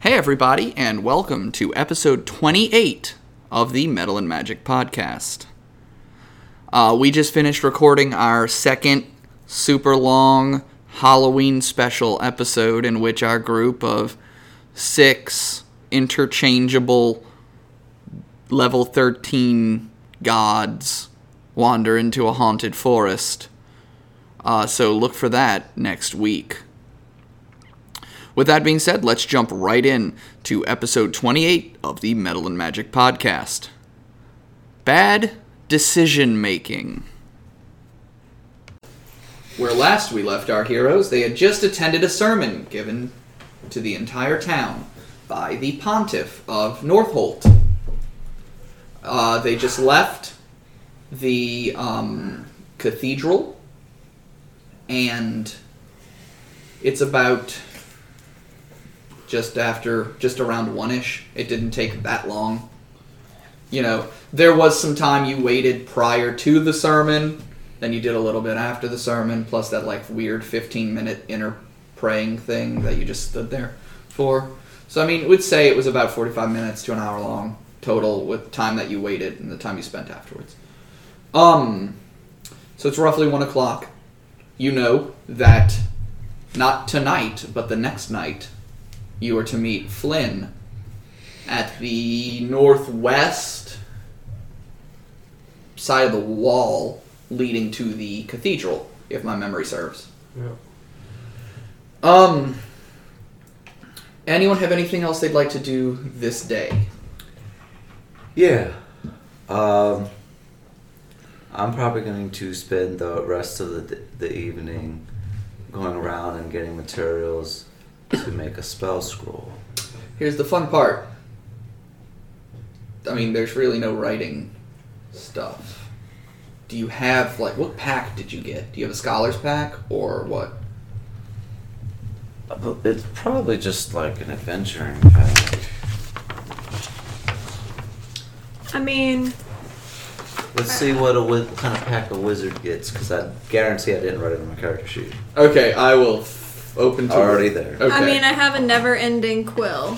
Hey, everybody, and welcome to episode 28 of the Metal and Magic Podcast. Uh, we just finished recording our second super long Halloween special episode in which our group of six interchangeable level 13 gods wander into a haunted forest. Uh, so look for that next week. With that being said, let's jump right in to episode 28 of the Metal and Magic podcast. Bad decision making. Where last we left our heroes, they had just attended a sermon given to the entire town by the pontiff of Northolt. Uh, they just left the um, cathedral, and it's about just after just around one ish. It didn't take that long. You know, there was some time you waited prior to the sermon, then you did a little bit after the sermon, plus that like weird fifteen minute inner praying thing that you just stood there for. So I mean, would say it was about forty five minutes to an hour long total with time that you waited and the time you spent afterwards. Um, so it's roughly one o'clock. You know that not tonight, but the next night, you are to meet Flynn at the northwest side of the wall leading to the cathedral, if my memory serves. Yeah. Um, anyone have anything else they'd like to do this day? Yeah. Um, I'm probably going to spend the rest of the, the evening going around and getting materials to make a spell scroll. Here's the fun part. I mean, there's really no writing stuff. Do you have like what pack did you get? Do you have a scholars pack or what? Uh, But It's probably just like an adventuring pack. I mean, Let's see what a wi- what kind of pack a wizard gets, because I guarantee I didn't write it on my character sheet. Okay, I will f- open to Already there. Okay. I mean, I have a never-ending quill.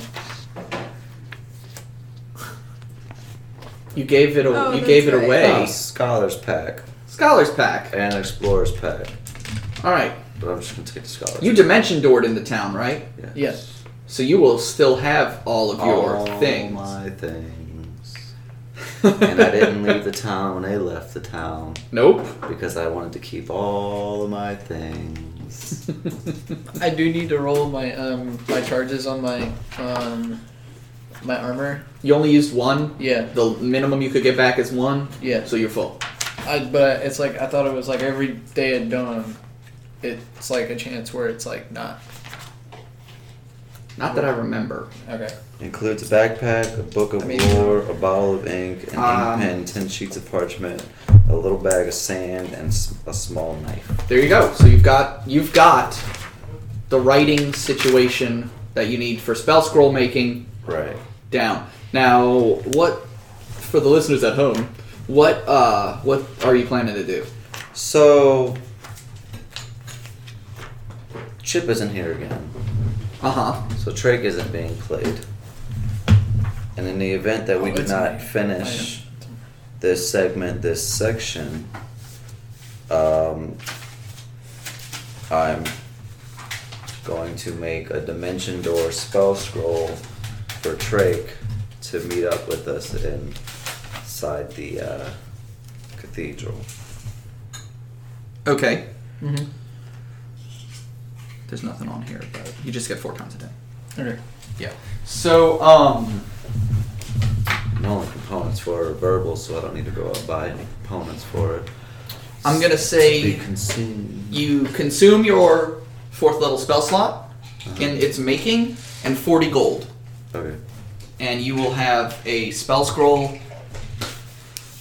you gave it a, Oh, you that's gave it right. away. A scholar's pack Scholars pack. and explorer's pack, All right. but I'm just gonna take the scholar's. You dimension doored into town, right? pack. Yeah. Yes. So you will still have all of your All things. Oh my things. and I didn't leave the town when they left the town Nope. because I wanted to keep all of my things. I do need to roll my um my charges on my um my armor. You only used one. Yeah, The minimum you could get back is one. yeah. So you're full. I, but it's like I thought it was like every day at dawn, it's like a chance where it's like not Not that I remember. okay. Includes a backpack, a book of I mean- war, a bottle of ink, an Um, ink pen, ten sheets of parchment, a little bag of sand, and s- a small knife. There you go. So you've got you've got the writing situation that you need for spell scroll making Right. down. Now, what for the listeners at home? What uh, what are you planning to do? So, Chip isn't here again. Uh huh. So Drake isn't being played. And in the event that we Oh, do it's not me. finish this segment, this section, um, I'm going to make a dimension door spell scroll for Drake to meet up with us inside the uh, cathedral. Okay. Mhm. There's nothing on here, but you just get four times a day. Okay. Yeah. So um, And all the components for it are verbal, so I don't need to go out and buy any components for it. I'm gonna To say- be consumed. you consume your fourth level spell slot in its making and 40 gold, Okay. and you will have a spell scroll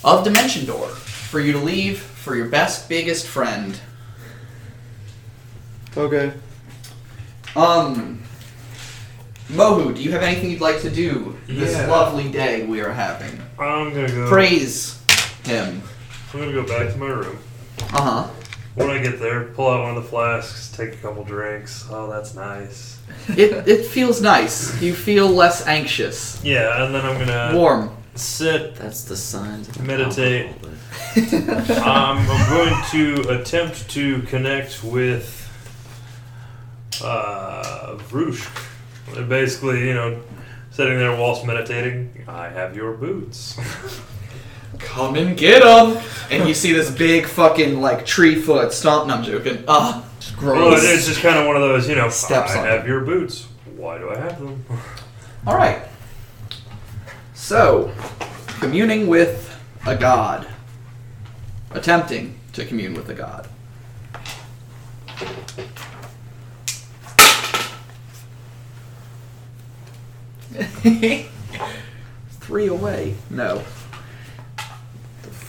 of Dimension Door for you to leave for your best biggest friend. Okay. Um, Mohu, do you have anything you'd like to do this Yeah. lovely day we are having? I'm gonna go. Praise him. I'm gonna go back to my room. Uh huh. When I get there, pull out one of the flasks, take a couple drinks. Oh, that's nice. It, it feels nice. You feel less anxious. Yeah, and then I'm Uh, gonna Warm. sit. That's the sign. Meditate. Um, I'm going to attempt to connect with uh, Vrushk. Basically, you know, sitting there whilst meditating. I have your boots. Come and get them! And you see this big fucking, like, tree foot stomp. No, I'm joking. Ah, Well, Gross. it's just kind of one of those, you know, Steps I on have your boots. Why do I have them? Alright. So, communing with a god. Attempting to commune with a god. Three away. No.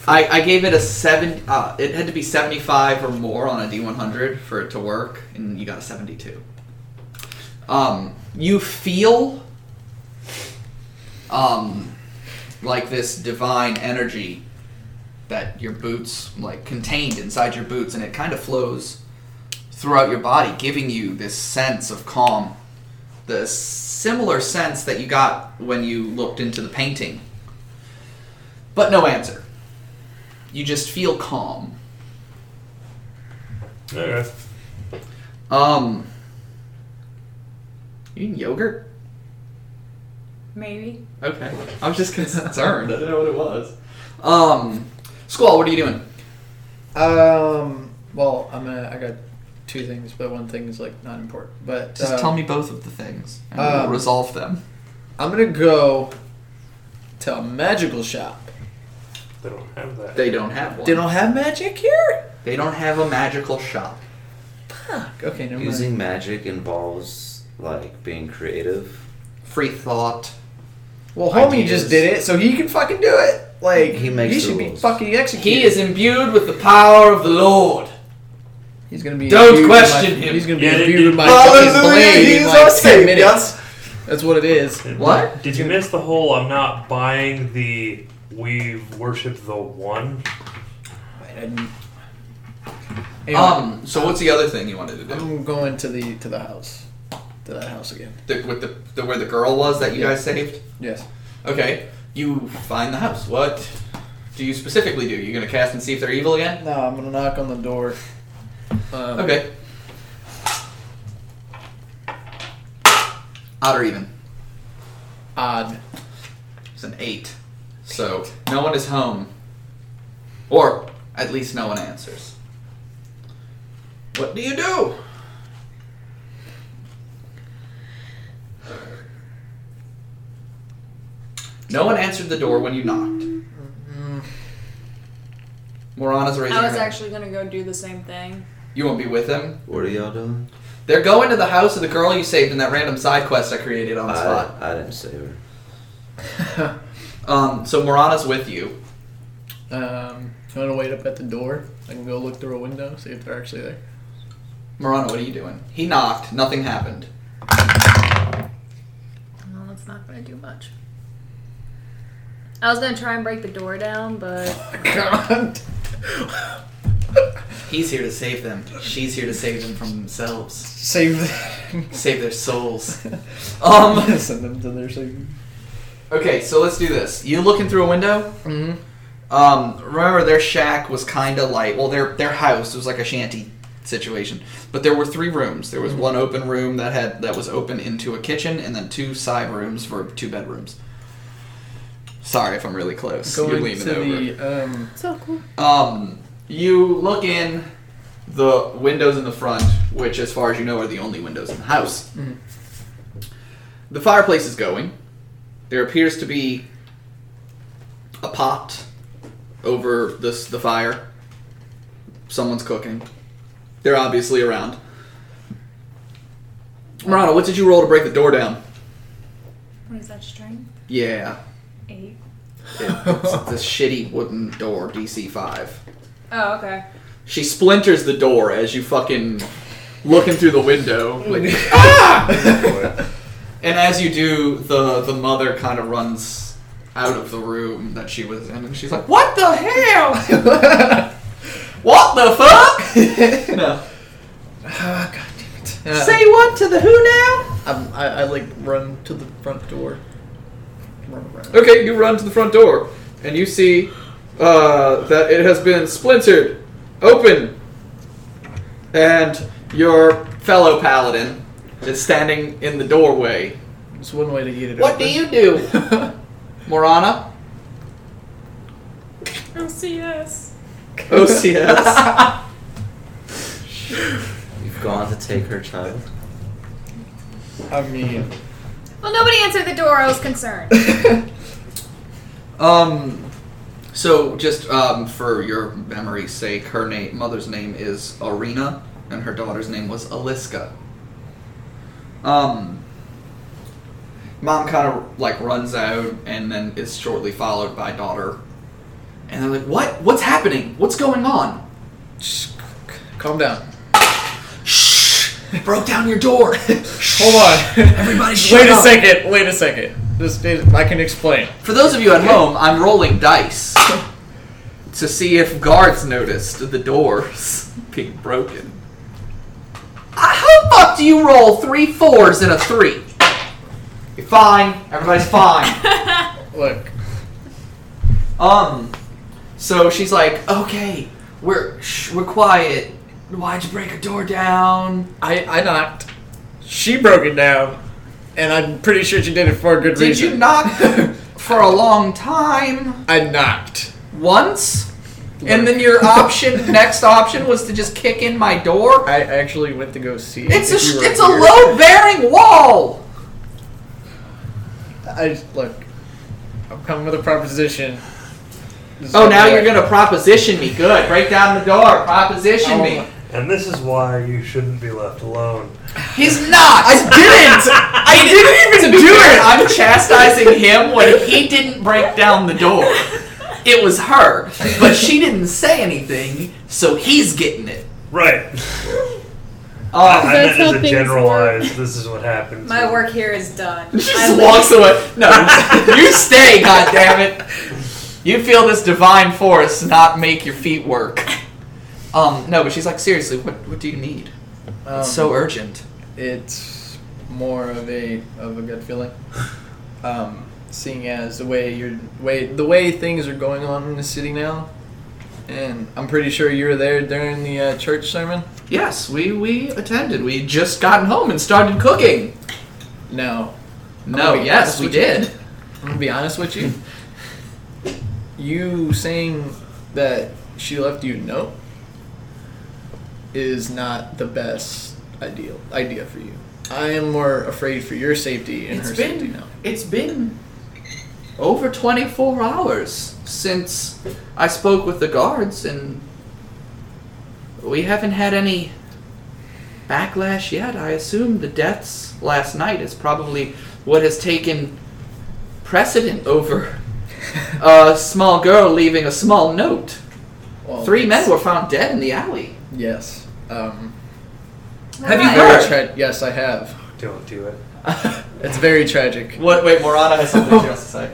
I, I gave it a seven. Uh, it had to be seventy-five or more on a D one hundred for it to work, and you got a seventy-two. Um, you feel um, like this divine energy that your boots like contained inside your boots, and it kind of flows throughout your body, giving you this sense of calm, the similar sense that you got when you looked into the painting. But no answer. You just feel calm. Okay. Um, you eating yogurt? Maybe. Okay. I was just concerned. I didn't know what it was. Um, Squall, what are you doing? Um. Well, I'm gonna. I got two things, but one thing is like not important. But Just um, tell me both of the things, and um, we'll resolve them. I'm gonna go to a magical shop. They don't have that. They don't have one. They don't have magic here. They don't have a magical shop. Fuck. Okay, never mind. Using magic involves like being creative. Free thought. Well, homie just ideas. did it, so he can fucking do it. Like He makes He the should be rules. fucking executed. He is imbued with the power of the Lord. He's gonna be. Don't imbued with my- question him. He's gonna be Yeah, imbued dude. with my Hallelujah, fucking blade he in is like our ten savior. minutes. That's what it is. What? Did you miss the whole I'm not buying the we worship the one? I didn't- Anyway, Um. So what's the other thing you wanted to do? I'm going to the to the house, to that house again. The, with the, the where the girl was that you guys saved. Yes. Okay. You find the house. What do you specifically do? You gonna cast and see if they're evil again? No, I'm gonna knock on the door. Um, Okay. Odd or even? Odd. It's an eight. So no one is home. Or at least no one answers. What do you do? No one answered the door when you knocked. Morana's raising I was her hand. actually gonna go do the same thing. You won't be with them. What are y'all doing? They're going to the house of the girl you saved in that random side quest I created on the spot. I, I didn't save her. Um, so Morana's with you. Um, I'm gonna wait up at the door. I can go look through a window, see if they're actually there. Morana, what are you doing? He knocked. Nothing happened. Well, that's not gonna do much. I was gonna try and break the door down, but God. He's here to save them. She's here to save them from themselves. Save them. Save their souls. Um. Send them to their savior. Okay, so let's do this. You looking through a window? hmm Um. Remember, their shack was kind of like well, their their house was like a shanty situation, but there were three rooms. There was Mm-hmm. one open room that had that was open into a kitchen, and then two side rooms for two bedrooms. Sorry if I'm really close. You're Going leaning to over. the um. so cool. Um, you look in the windows in the front, which, as far as you know, are the only windows in the house. Mhm. The fireplace is going. There appears to be a pot over this the fire. Someone's cooking. They're obviously around. Marana, what did you roll to break the door down? What is that string? Yeah, Eight. it's this shitty wooden door, DC five. Oh, okay. She splinters the door as you fucking looking through the window. Like, Ah! and as you do, the the mother kind of runs out of the room that she was in, and she's like, "What the hell? What the fuck? no. Ah, God damn it. And I- Say what to the who now? I'm, I, I like run to the front door. Run around. Okay, you run to the front door, and you see uh, that it has been splintered open, and your fellow paladin is standing in the doorway. It's one way to get it. What do open. you do, Morana? Oh, OCS. Oh, OCS. You've gone to take her child. I mean, Well, nobody answered the door. I was concerned. um, so just um, for your memory's sake, her name, mother's name is Arena, and her daughter's name was Aliska. Um, mom kind of like runs out, and then is shortly followed by daughter. And they're like, "What? What's happening? What's going on?" shh, calm down. Shh! They broke down your door. Hold on. Everybody shut wait a up. second. Wait a second. This is, I can explain. For those of you at home, I'm rolling dice to see if guards noticed the doors being broken. Uh, how the fuck do you roll three fours and a three? You're fine. Everybody's fine. Look, um, so she's like, okay, we're shh, we're quiet. Why'd you break a door down? I I knocked. She broke it down, and I'm pretty sure she did it for a good Did reason. you knock for a long time? I knocked. Once. And then your option, next option, was to just kick in my door. I actually went to go see. It's a if you sh- were it's a here. load bearing wall. I just- look. I'm coming with a proposition. This is Oh, now what- you're gonna proposition me. Good. Break down the door. Proposition Oh me. my- And this is why you shouldn't be left alone. He's not. I didn't. I didn't even do it. I'm chastising him when he didn't break down the door. It was her, but she didn't say anything, so he's getting it. Right. I Um, Oh, That's meant as how a things generalized, this is what happens. My work here is done. she I just leave. walks away. No, you stay. God damn it. You feel this divine force not make your feet work. Um, no, but she's like, seriously, what what do you need? um, It's so urgent. it's more of a of a gut feeling. Um, seeing as the way you're way the way things are going on in the city now, and I'm pretty sure you were there during the uh, church sermon. Yes, we we attended. We had just gotten home and started cooking. Now, No, Oh, yes, we that's what you- did. I'm gonna be honest with you. You saying that she left you no is not the best ideal idea for you. I am more afraid for your safety and her safety now. it's been over 24 hours since I spoke with the guards and we haven't had any backlash yet. I assume the deaths last night is probably what has taken precedent over a small girl leaving a small note. Well, Three men it's- were found dead in the alley. Yes. Um, Have you Why? heard? very tra- yes, I have. Don't do it. It's very tragic. What? Wait, Morana has something she has to say.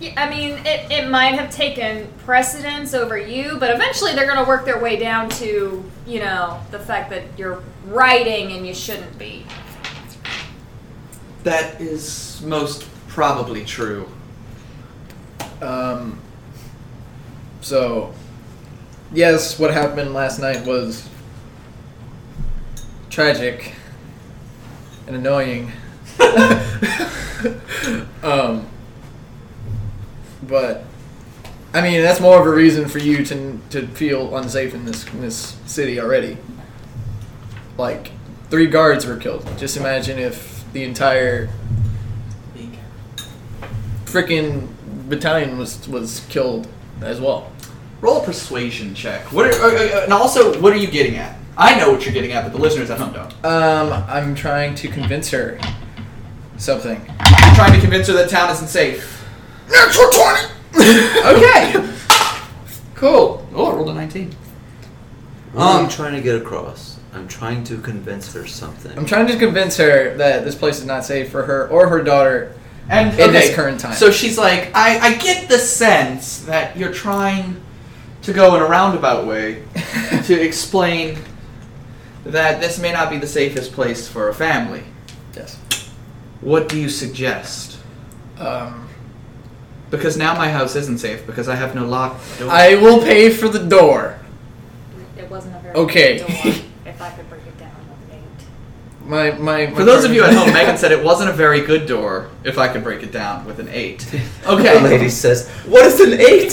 Yeah, I mean, it, it might have taken precedence over you, but eventually they're going to work their way down to, you know, the fact that you're writing and you shouldn't be. That is most probably true. Um, so, yes, what happened last night was tragic and annoying. um, but I mean, that's more of a reason for you to to feel unsafe in this in this city already. Like, three guards were killed. Just imagine if the entire freaking battalion was was killed as well. Roll a persuasion check. What? Are, uh, uh, and also, what are you getting at? I know what you're getting at, but the listeners at home don't. Um, I'm trying to convince her something. You're trying to convince her that town isn't safe. Natural twenty. Okay. cool. Oh, I rolled a 19. What are Um, you trying to get across? I'm trying to convince her something. I'm trying to convince her that this place is not safe for her or her daughter. And In okay, this current time. So she's like, I, I get the sense that you're trying to to go in a roundabout way to explain that this may not be the safest place for a family. yes. What do you suggest? Um, Because now my house isn't safe because I have no lock. door. I will pay for the door. It wasn't a very Okay. good door, if I could break it down with an eight. My my. my For those of you at home, Megan said it wasn't a very good door if I could break it down with an 8. The Okay. lady says, "What is an eight?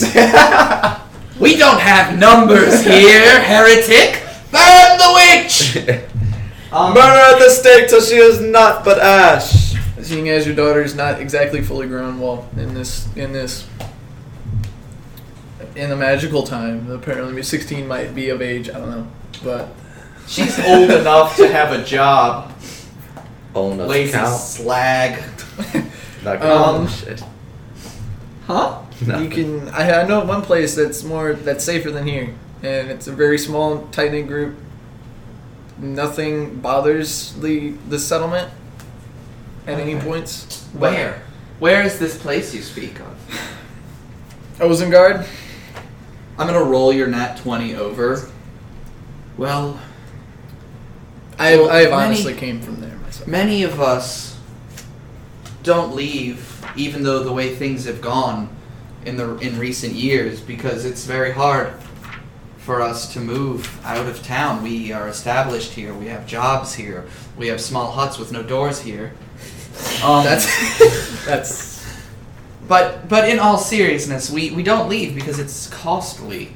we don't have numbers here, heretic! Burn the witch! Um, Murder at the stake till she is not but ash." Seeing as your daughter is not exactly fully grown, well, in this in this in the magical time, apparently 16 might be of age. I don't know, but She's old enough to have a job. Oh no, Lazy count. slag. Not Um, count. shit. Huh? No. you can. I, I know one place that's more that's safer than here, and it's a very small, tight knit group. Nothing bothers the the settlement at any Okay. points. But- Where? Where is this place you speak of? Ozengard. I'm gonna roll your nat 20 over. Well, I have, Well, I have many- honestly came from there myself. many of us don't leave even though the way things have gone in the in recent years because it's very hard for us to move out of town we are established here we have jobs here we have small huts with no doors here um, That's that's but but in all seriousness we, we don't leave because it's costly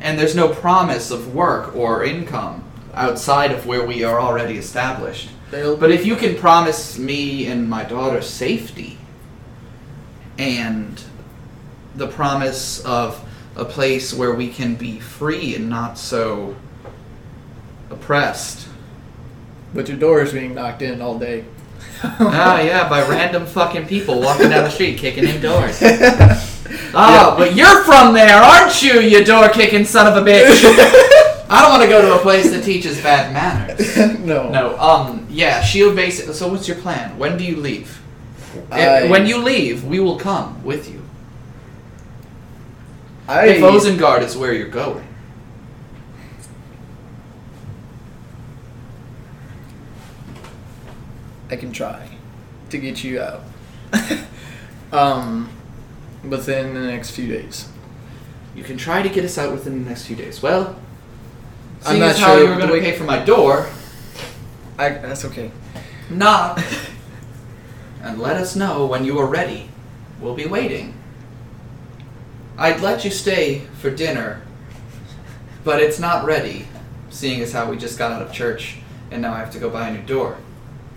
and there's no promise of work or income outside of where we are already established they'll but if you can promise me and my daughter safety and the promise of a place where we can be free and not so oppressed. But your door is being knocked in all day. ah, yeah, by random fucking people walking down the street kicking in doors. Ah, but you're from there, aren't you, you door kicking son of a bitch? I don't want to go to a place that teaches bad manners. no. No, um, yeah, she'll base it. So, what's your plan? When do you leave? I- If- when you leave, we will come with you. I, If Ozengard is where you're going. I can try to get you out. um, within the next few days. You can try to get us out within the next few days. Well, I'm seeing not as how sure you were going the to way- pay for my door, I that's okay. knock and let us know when you are ready. We'll be waiting. I'd let you stay for dinner, but it's not ready, seeing as how we just got out of church and now I have to go buy a new door.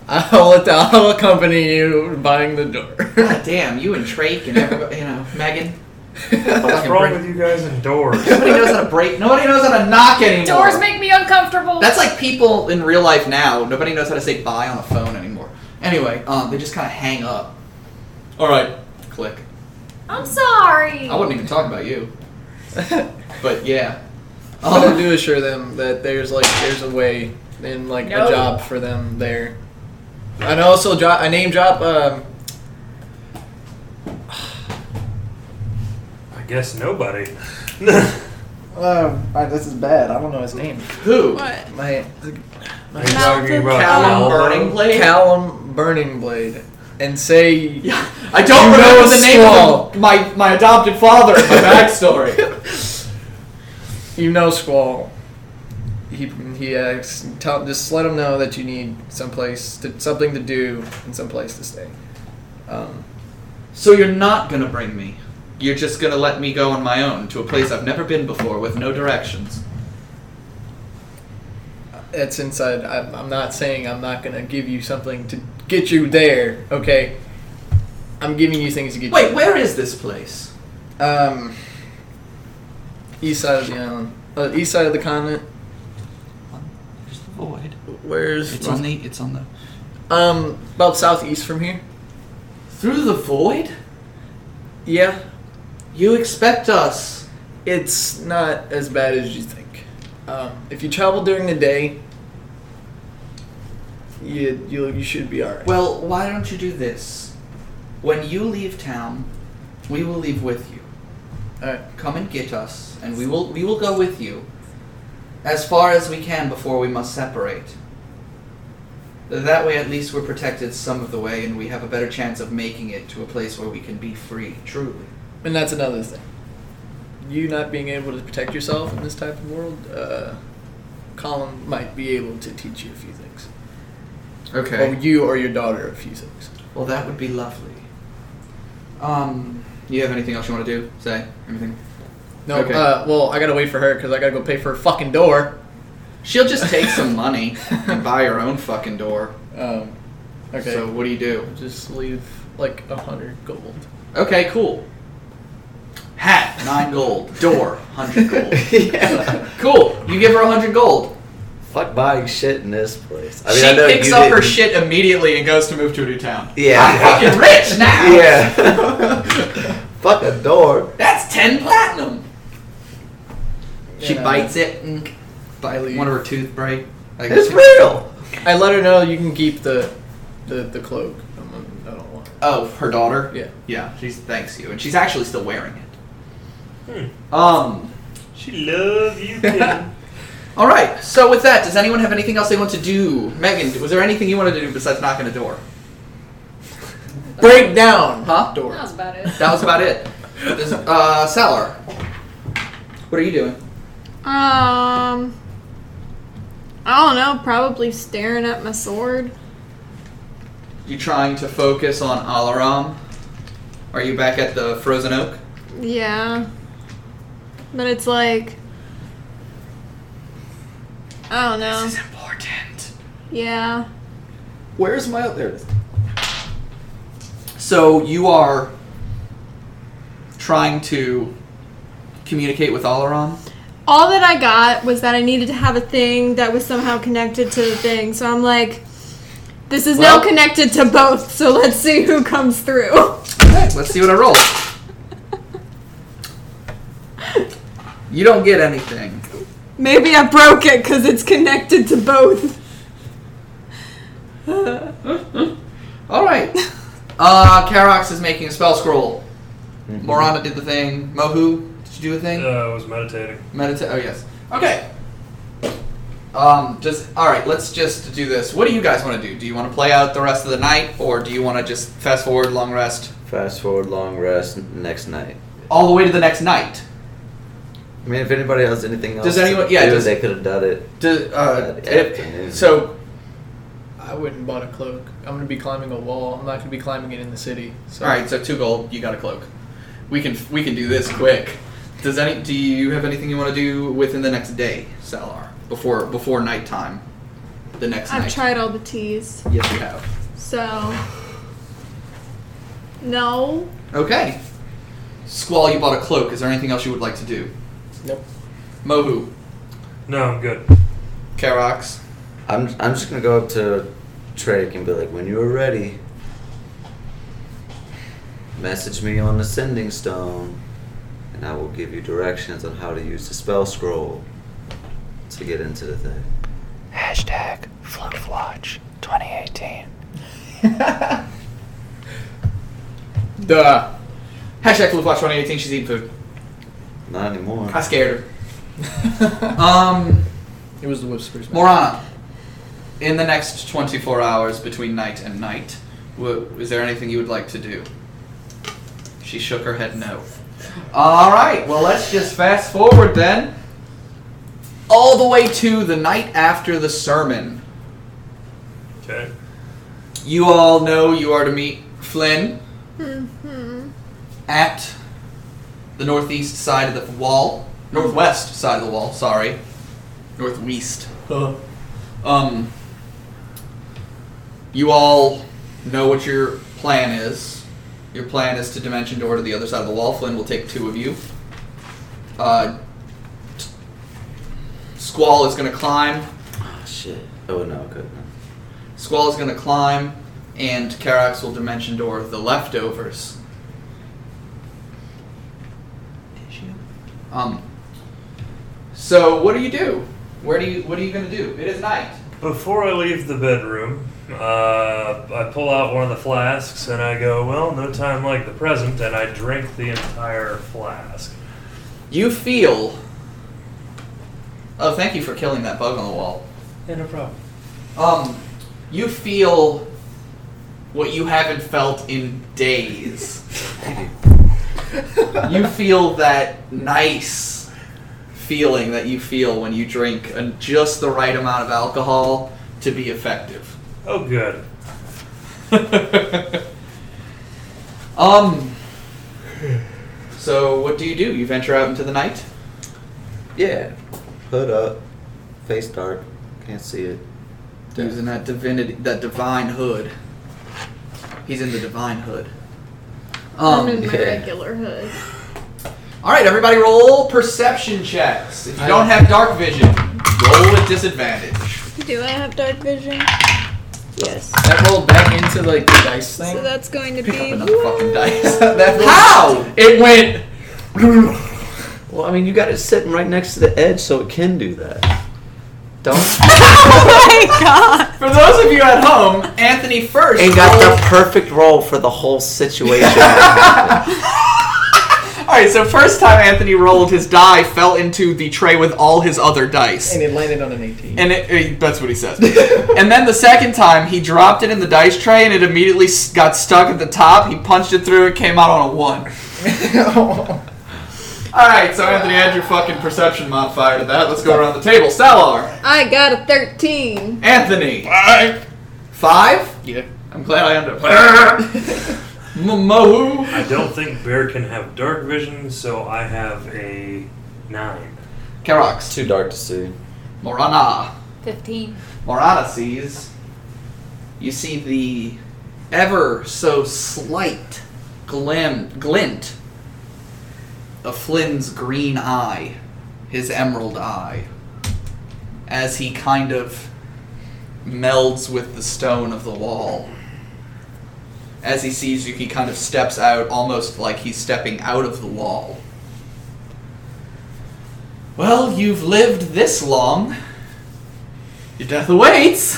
I'll I'll accompany you buying the door. God damn, you and Trake and everybody, you know, Megan. What's Fucking wrong break- with you guys and doors? Nobody knows how to break. Nobody knows how to knock anymore. Doors make me uncomfortable. That's like people in real life now. Nobody knows how to say bye on a phone anymore. Anyway, um, they just kind of hang up. All right, click. I'm sorry. I wouldn't even talk about you, but yeah. All I Um, do assure them that there's like there's a way and like No. a job for them there. And also drop I name drop um I guess nobody. um I, this is bad. I don't know his name. who? What? My Are you talking Callum about Callum? Burning Blade. Callum Burning Blade and say yeah, I don't You know remember the name Squall. of the- my my adopted father. in My backstory. You know Squall. He he asks, tell just let him know that you need someplace to something to do and someplace to stay. Um, so you're not gonna bring me. You're just gonna let me go on my own to a place I've never been before with no directions. it's inside. I'm, I'm not saying I'm not gonna give you something to get you there. Okay, I'm giving you things to get Wait, you. where is this place? Um, east side of the island, uh, east side of the continent. There's the void. Where's It's on the. It's on the. um about southeast from here? Through the void? Yeah, You expect us. it's not as bad as you think. Um, if you travel during the day, you you you should be alright. Well, why don't you do this? When you leave town, we will leave with you. All right. Come and get us, and we will we will go with you as far as we can before we must separate. That way, at least we're protected some of the way, and we have a better chance of making it to a place where we can be free. Truly, And that's another thing. You not being able to protect yourself in this type of world, uh, Colin might be able to teach you a few things. Or you or your daughter a few things. Well, that would be lovely. Um, you have anything else you want to do? Say anything. No, Okay. uh, well, I gotta wait for her because I gotta go pay for her fucking door. She'll just take some money and buy her own fucking door. Um, okay. So what do you do? just leave like a hundred gold. Okay, cool. Hat, nine gold. Door, hundred gold. yeah. Cool. You give her hundred gold. Fuck buying shit in this place. I mean, she I know picks you up her didn't- shit immediately and goes to move to a new town. Yeah. I'm fucking rich now. Yeah. Fuck a door. That's ten platinum. She Yeah. bites it. And I leave. one of her tooth break. Like, It's real. I let her know you can keep the the, the cloak. I'm- I don't want. Oh, her daughter. Yeah. Yeah. She thanks you, and she's actually still wearing it. Hmm. Um. She love you, Uh, Tim. All right. So with that, does anyone have anything else they want to do? Megan, was there anything you wanted to do besides knocking a door? Break down. Huh? Door. That was about it. That was about it. This, uh, Salar, what are you doing? Um, I don't know. Probably staring at my sword. You trying to focus on Alaram? Are you back at the Frozen Oak? Yeah, but it's like I don't know. important. Yeah, Where's my there it is. So you are trying to communicate with Alaram? all that I got was that I needed to have a thing that was somehow connected to the thing. So I'm like, this is Well- now connected to both. So let's see who comes through. Okay, let's see what I roll. You don't get anything. Maybe I broke it because it's connected to both. All right. Uh, Karox is making a spell scroll. Mm-hmm. Morana did the thing. Mohu, did you do a uh, thing? I was meditating. Meditate. Oh yes. Okay. Um. Just. All right. Let's just do this. What do you guys want to do? Do you want to play out the rest of the night, or do you want to just fast forward, long rest, Fast forward, long rest, n- next night. all the way to the next night? I mean, if anybody has anything else, Does to anyone- yeah, do, does- they could have done it. Do, uh, Yeah, afternoon. it- so I wouldn't bought a cloak. I'm gonna be climbing a wall. I'm not gonna be climbing it in the city. So. all right. So two gold. You got a cloak. We can we can do this quick. Does any do you have anything you want to do within the next day, Salar? Before before nighttime, the next I've night. tried all the teas, Yes, you have. so no. Okay. Squall, you bought a cloak. Is there anything else you would like to do? Nope. Mohu, No, I'm good. Karox. I'm, I'm just gonna go up to Trek and be like, when you are ready, message me on the sending stone, and I will give you directions on how to use the spell scroll to get into the thing. Hashtag FloatWatch 2018. Duh. Hashtag Luke Watch 2018. She's eating food. Not anymore. I scared her. Um, It was the whispers. man. Morana. In the next 24 hours between night and night, wha- is there anything you would like to do? She shook her head no. All right. Well, let's just fast forward then. All the way to the night after the sermon. Okay. You all know you are to meet Flynn at the northeast side of the wall, northwest side of the wall. Sorry, northwest. Uh-huh. Um, you all know what your plan is. Your plan is to dimension door to the other side of the wall. Flynn will take two of you. Uh, Squall is going to climb. Oh, shit. Oh, no, good. No. Squall is going to climb, and Karax will dimension door the leftovers. Um. So what do you do? Where do you? What are you going to do? It is night. Before I leave the bedroom, uh, I pull out one of the flasks and I go, well, no time like the present, and I drink the entire flask. You feel. Oh, thank you for killing that bug on the wall. Yeah, no problem. Um, you feel what you haven't felt in days. you feel that nice feeling that you feel when you drink uh, just the right amount of alcohol to be effective. Oh, good. Um. So, what do you do? You venture out into the night? Yeah. Hood up. Face dark. Can't see it. Using that divinity, that divine hood. He's in the divine hood. I'm in Um, my yeah. regular hood. all right, everybody, roll perception checks. If you don't have dark vision, roll at disadvantage. Do I have dark vision? Yes. That rolled back into like the dice thing. So that's going to Pick up be. another fucking dice. How? How? It went. Well, I mean, you got it sitting right next to the edge so it can do that. Don't. oh my god! For those of you at home, Anthony first. Ain't got rolled- the perfect role for the whole situation. All right, so first time Anthony rolled his die fell into the tray with all his other dice. and it landed on an 18. And it, it- that's what he says. and then the second time, he dropped it in the dice tray, and it immediately s- got stuck at the top. He punched it through. It came out on a one. All right, so Anthony, add your fucking perception modifier to that. Let's go around the table. Salar, I got a 13. Anthony, five, five. yeah. I'm glad I ended up. M- Mohu. I don't think Bear can have dark vision, so I have a nine. Kerox, Too dark to see. Morana. Fifteen. Morana sees, you see the ever so slight glim, glint of Flynn's green eye, his emerald eye, as he kind of melds with the stone of the wall. As he sees you, he kind of steps out, almost like he's stepping out of the wall. Well, you've lived this long. Your death awaits.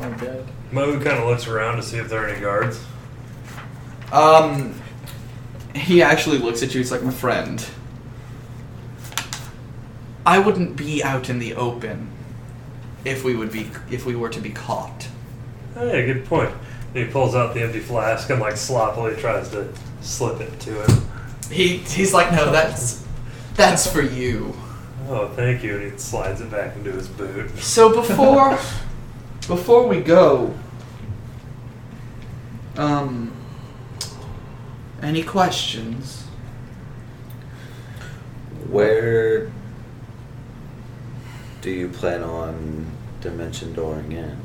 Oh, God. Moe kind of looks around to see if there are any guards. Um, he actually looks at you. He's like, my friend. I wouldn't be out in the open if we would be if we were to be caught. Hey, good point. And he pulls out the empty flask and like sloppily tries to slip it to him. He he's like, no, that's that's for you. Oh, thank you. And he slides it back into his boot. So before before we go, um, any questions? Where do you plan on dimension dooring in?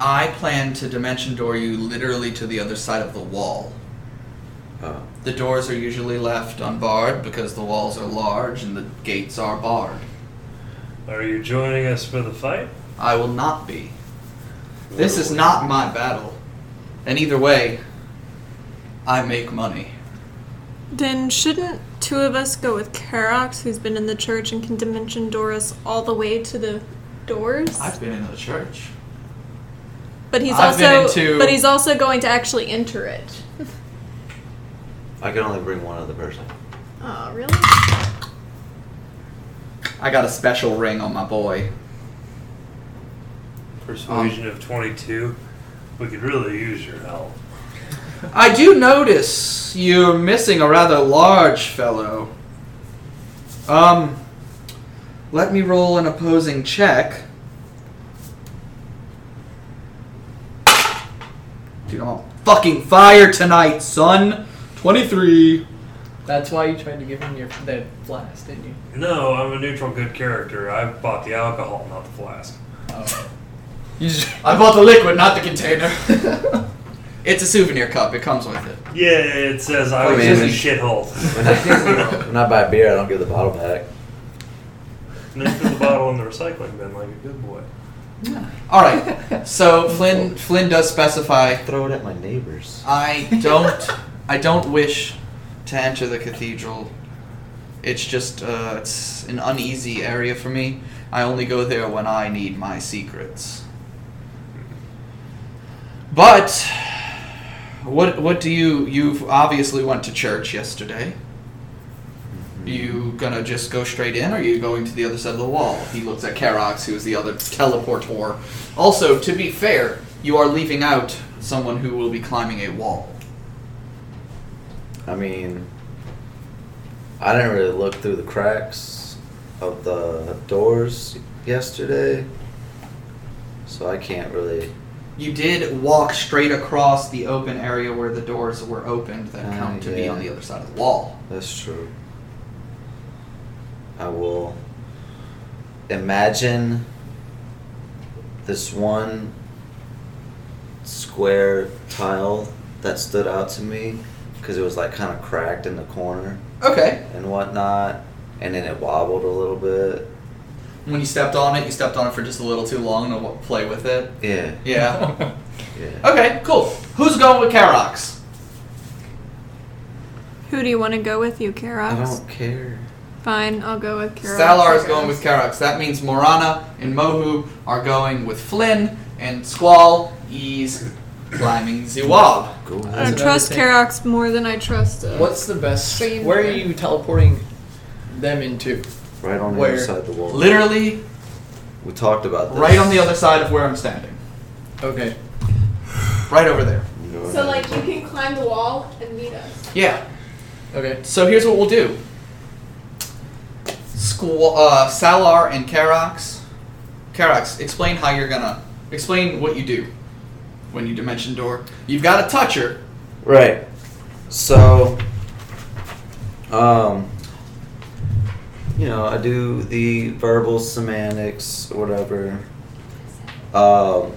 I plan to dimension door you literally to the other side of the wall. Oh, The doors are usually left unbarred because the walls are large and the gates are barred. Are you joining us for the fight? I will not be. This is not my battle. And either way, I make money. Then shouldn't two of us go with Karox, who's been in the church and can dimension Doris all the way to the doors? I've been into the church. but he's I've been also into- but he's also going to actually enter it. I can only bring one other person. Oh, really? I got a special ring on my boy. Persuasion of 22. We could really use your help. I do notice you're missing a rather large fellow. Um, let me roll an opposing check. Dude, I'm on fucking fire tonight, son. 23. That's why you tried to give him your that blast, didn't you? No, I'm a neutral good character. I bought the alcohol, not the flask. You just I bought the liquid, not the container. it's a souvenir cup, it comes with it. Yeah, it says I Oh, was man. in a shithole. When I, when I buy beer, I don't give the bottle back. and then threw the bottle in the recycling bin like a good boy. Alright, so Flynn Flynn does specify Throw it at my neighbors. I don't. I don't wish to enter the cathedral. It's just uh, it's an uneasy area for me. I only go there when I need my secrets. But what what do you you've obviously went to church yesterday? You gonna just go straight in, or are you going to the other side of the wall? He looks at Karox, who is the other teleporter. Also, to be fair, you are leaving out someone who will be climbing a wall. I mean, I didn't really look through the cracks of the doors yesterday, so I can't really. You did walk straight across the open area where the doors were opened that Ah, come to be yeah. on the other side of the wall. That's true. I will imagine this one square tile that stood out to me because it was like kind of cracked in the corner Okay. and whatnot, and then it wobbled a little bit. When you stepped on it, you stepped on it for just a little too long to wa- play with it. Yeah, Yeah. yeah. Okay, cool. Who's going with Karox? Who do you want to go with, you I Karox? don't care. Fine, I'll go with Karox. Salar is going with Karox. That means Morana and Mohu are going with Flynn, and Squall is climbing Ziwab. Go I ahead. don't That's trust another Karox more than I trust. Uh, What's the best? Green Where are one. you teleporting them into? Right on the Where? other side of the wall. Literally We talked about this. right on the other side of where I'm standing. Okay. Right over there. Go So ahead. like you can climb the wall and meet us. Yeah. Okay. So here's what we'll do. Squall, uh, Salar and Karox. Karox, explain how you're gonna explain what you do when you dimension door. You've got a toucher. Right. So, um, you know, I do the verbal semantics, whatever. Um,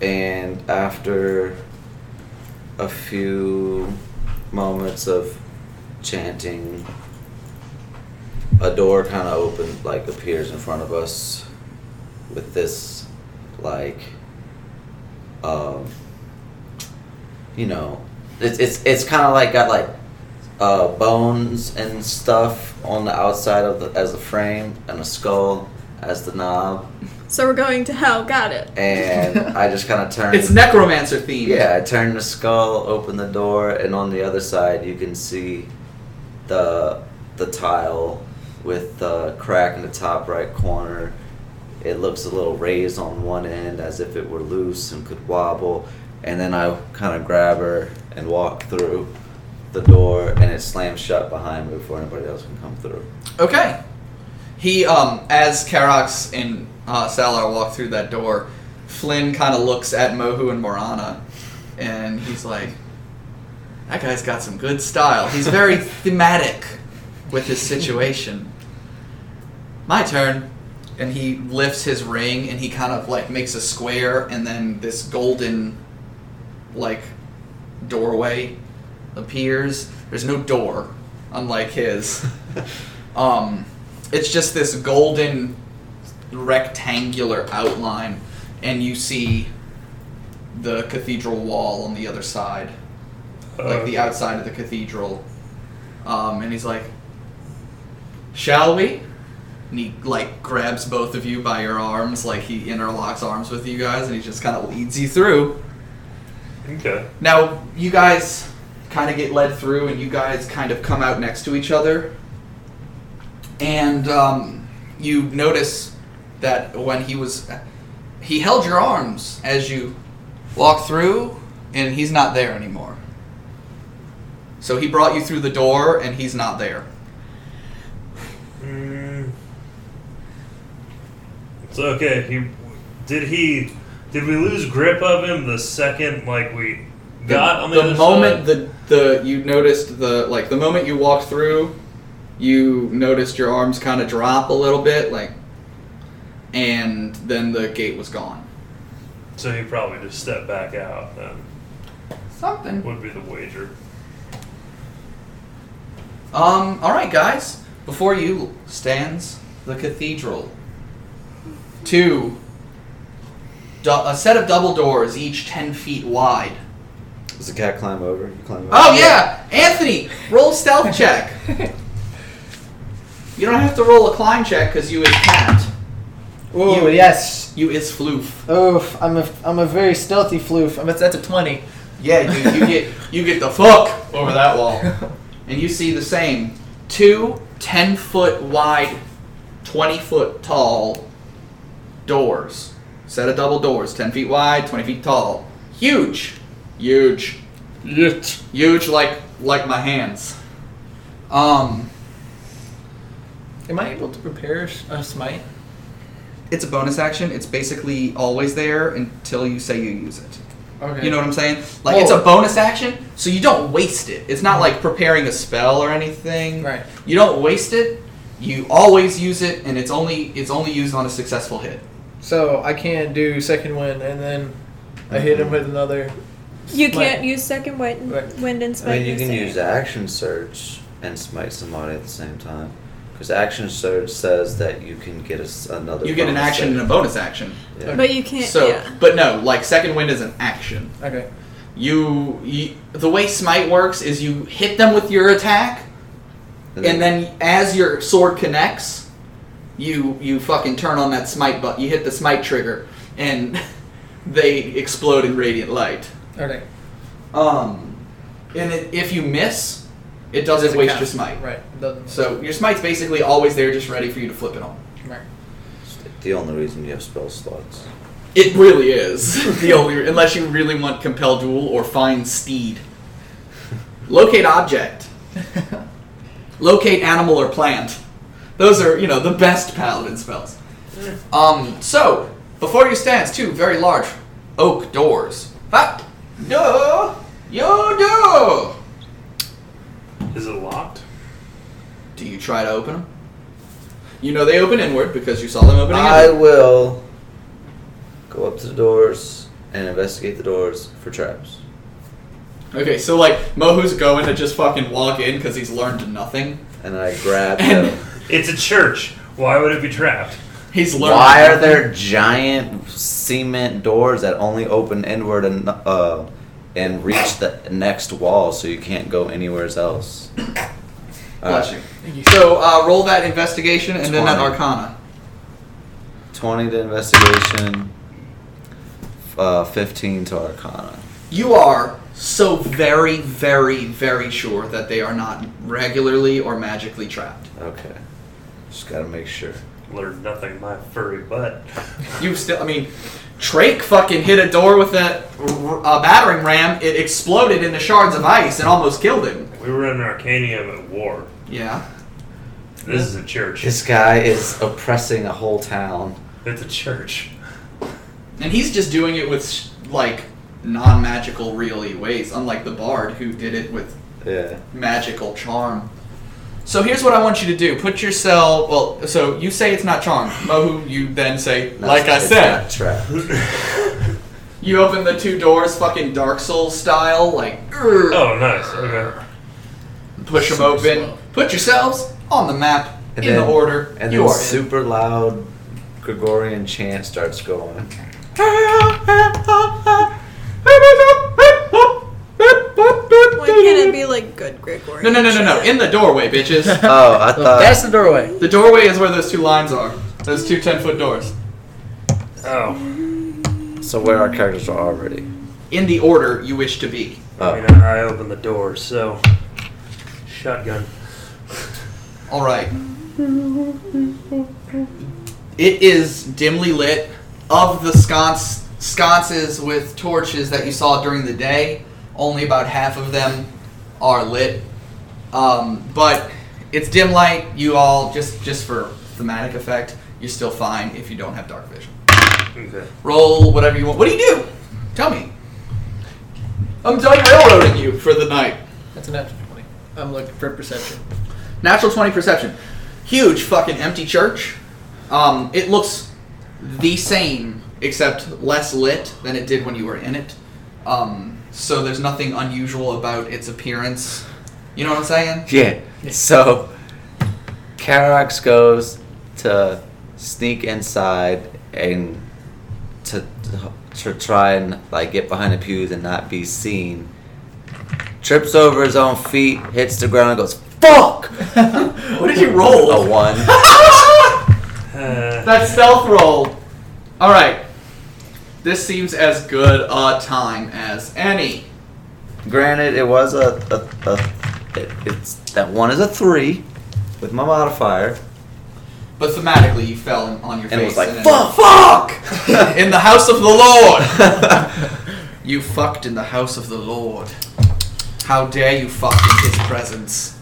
and after a few moments of chanting, a door kind of open, like appears in front of us with this, like, um, you know, it's it's it's kind of like got like uh, bones and stuff on the outside of the as the frame and a skull as the knob, So we're going to hell. Got it. and I just kind of turn. It's necromancer themed. yeah, I turn the skull, open the door, and on the other side you can see the the tile with the crack in the top right corner. It looks a little raised on one end as if it were loose and could wobble. And then I kind of grab her and walk through the door, and it slams shut behind me before anybody else can come through. Okay. He, um, as Karox and uh, Salar walk through that door, Flynn kind of looks at Mohu and Morana, and he's like, "That guy's got some good style. He's very thematic with his situation." My turn. And he lifts his ring and he kind of like makes a square and then this golden like doorway appears. There's no door, unlike his. Um, it's just this golden rectangular outline, and you see the cathedral wall on the other side, like the outside of the cathedral. Um, and he's like, "Shall we?" And he like grabs both of you by your arms, like he interlocks arms with you guys, and he just kind of leads you through. Okay. Now, you guys kind of get led through, and you guys kind of come out next to each other. And um, you notice that when he was. He held your arms as you walked through, and he's not there anymore. So he brought you through the door, and he's not there. Mm. It's okay. He did he did we lose grip of him the second like we got on the, other moment side? the the you noticed the like the moment you walked through, you noticed your arms kind of drop a little bit, like, and then the gate was gone. so he probably just stepped back out. Then Something. would be the wager. Um. All right, guys. Before you stands the cathedral. Two. Du- a set of double doors, each ten feet wide. Does the cat climb over? You climb over. Oh yeah, Anthony, roll stealth check. You don't have to roll a climb check because you is cat. Oh You- yes. You is floof. Oof. I'm a I'm a very stealthy floof. I'm a, that's a twenty. Yeah, you, you get you get the fuck over that wall, and you see the same two 10 foot wide, 20 foot tall doors. Set of double doors, 10 feet wide, 20 feet tall. Huge. Huge. Yet. Huge like like my hands. Um Am I able to prepare a smite? it's a bonus action. It's basically always there until you say you use it. Okay. You know what I'm saying? Like Oh. it's a bonus action, so you don't waste it. It's not like preparing a spell or anything. Mm-hmm. Right. You don't waste it. You always use it, and it's only it's only used on a successful hit. So I can't do second wind, and then I hit Mm-hmm. him with another. You Smite. can't use second wind, Right. wind and I spike. mean, you your can save. use action search and smite somebody at the same time. Because action search says that you can get a s another. You get an bonus action and a save. bonus action. Yeah. But you can't. So, yeah. but no, like second wind is an action. Okay. You, you the way smite works is you hit them with your attack, and then as your sword connects, you you fucking turn on that smite button. You hit the smite trigger, and they explode in radiant light. Okay. Um, and it, if you miss, it doesn't Doesn't waste count. your smite. Right. it Doesn't. So your smite's basically always there, just ready for you to flip it on. Right. the only reason you have spell slots. It really is the only, unless you really want compel duel or find steed. Locate object. Locate animal or plant. Those are you know the best paladin spells. Um, so before you stands two very large oak doors. That door, your door. Is it locked? Do you try to open them? You know they open inward because you saw them opening I inward. will go up to the doors and investigate the doors for traps. Okay, so like Mohu's going to just fucking walk in because he's learned nothing. And I grab And- them. It's a church. Why would it be trapped? He's learned. Why are nothing. there giant cement doors that only open inward and uh, and reach the next wall, so you can't go anywhere else? Bless Alright, you. So uh, roll that investigation and then that 20. Arcana. Twenty to investigation, uh, fifteen to Arcana. You are so very, very, very sure that they are not regularly or magically trapped. Okay, just gotta make sure. Learned nothing, my furry butt. You still, I mean, Drake fucking hit a door with that r- uh, battering ram. It exploded into shards of ice and almost killed him. We were in Arcanium at war. Yeah. This is a church. This guy is oppressing a whole town. It's a church. And he's just doing it with sh- like non-magical, really ways, unlike the bard who did it with Yeah. magical charm. So here's what I want you to do: put yourself. Well, so you say it's not charm, Mohu. You then say, like I It's said, not trapped. you open the two doors, fucking Dark Souls style, like "Urgh," Oh, nice. Okay. push them Super open. slow. Put yourselves on the map And in then- the order And you then are. in. super loud Gregorian chant starts going. Why can't it be like good Gregorian? No, no, no, no, no! In the doorway, bitches. Oh, I uh, thought That's the doorway. the doorway is where those two lines are. Those two ten-foot doors. Oh. so. Where our characters are already. In the order you wish to be. I Oh, mean, I opened the door, so. Shotgun. All right. It is dimly lit. Of the sconce, sconces with torches that you saw during the day, only about half of them are lit. Um, but it's dim light. You all just just for thematic effect, you're still fine if you don't have dark vision. Okay. Roll whatever you want. What do you do? Tell me. I'm done railroading you for the night. That's an natural twenty. I'm looking for perception. Natural 20 perception. Huge fucking empty church. Um, it looks the same, except less lit than it did when you were in it. Um, so there's nothing unusual about its appearance. You know what I'm saying? yeah. So, Karax goes to sneak inside and to to try and like get behind the pews and not be seen. Trips over his own feet, hits the ground, and goes fuck. What did you A roll? one. Uh, That stealth roll. All right. This seems as good a time as any. Granted, it was a, a, a it, it's that one is a three, with my modifier. But thematically, you fell in- on your And it face was like, and "Fuck!" fuck in the house of the Lord. you fucked in the house of the Lord. How dare you fuck in His presence?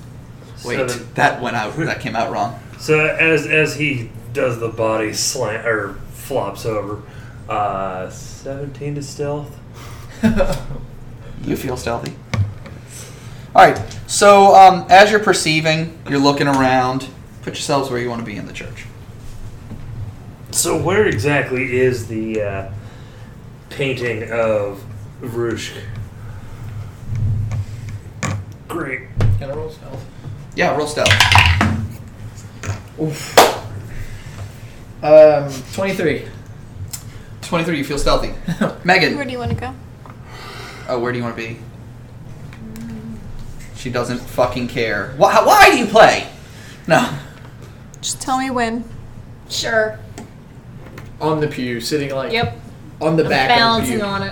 Wait, Seven. that went out. That came out wrong. So as as he does the body slant or flops over, uh, seventeen to stealth. You feel stealthy. All right. So um, as you're perceiving, you're looking around. Put yourselves where you want to be in the church. So where exactly is the uh, painting of Vrushk? Great. Can I roll stealth? Yeah, roll stealth. Oof. Um, 23. Twenty-three. You feel stealthy. Megan. Where do you want to go? Oh, where do you want to be? She doesn't fucking care. Why, why do you play? No. Just tell me when. Sure. on the pew, sitting like Yep. on the back of the Balancing pew. on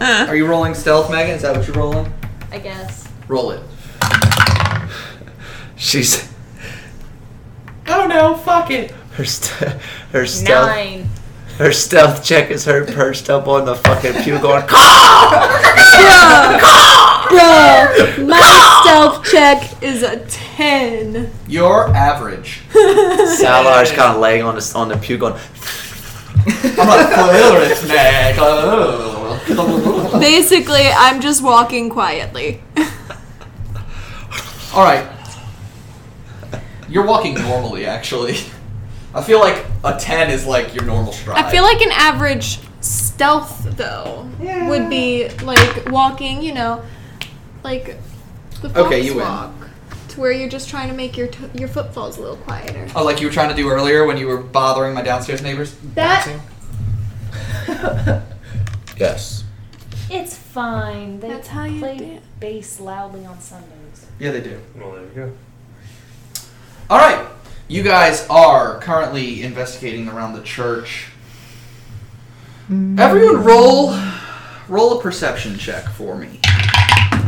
it, Are you rolling stealth, Megan? Is that what you're rolling? I guess. Roll it. She's Oh no, fuck it. her st- her stealth Nine. her stealth check is her perched up on the fucking pew going. Bro, my stealth check is a 10. You're average. Salar's kind of laying on the on the pew going. I'm a flare snack. Basically, I'm just walking quietly. All right. You're walking normally, actually. I feel like a ten is like your normal stride. I feel like an average stealth, though, would be like walking, you know, like the fox Okay, you win. walk. To where you're just trying to make your t- your footfalls a little quieter. Oh, like you were trying to do earlier when you were bothering my downstairs neighbors. That Yes. it's fine. They That's how you play do it. bass loudly on Sundays. Yeah, they do. Well, there you go. All right, you guys are currently investigating around the church. Mm. Everyone, roll, roll a perception check for me.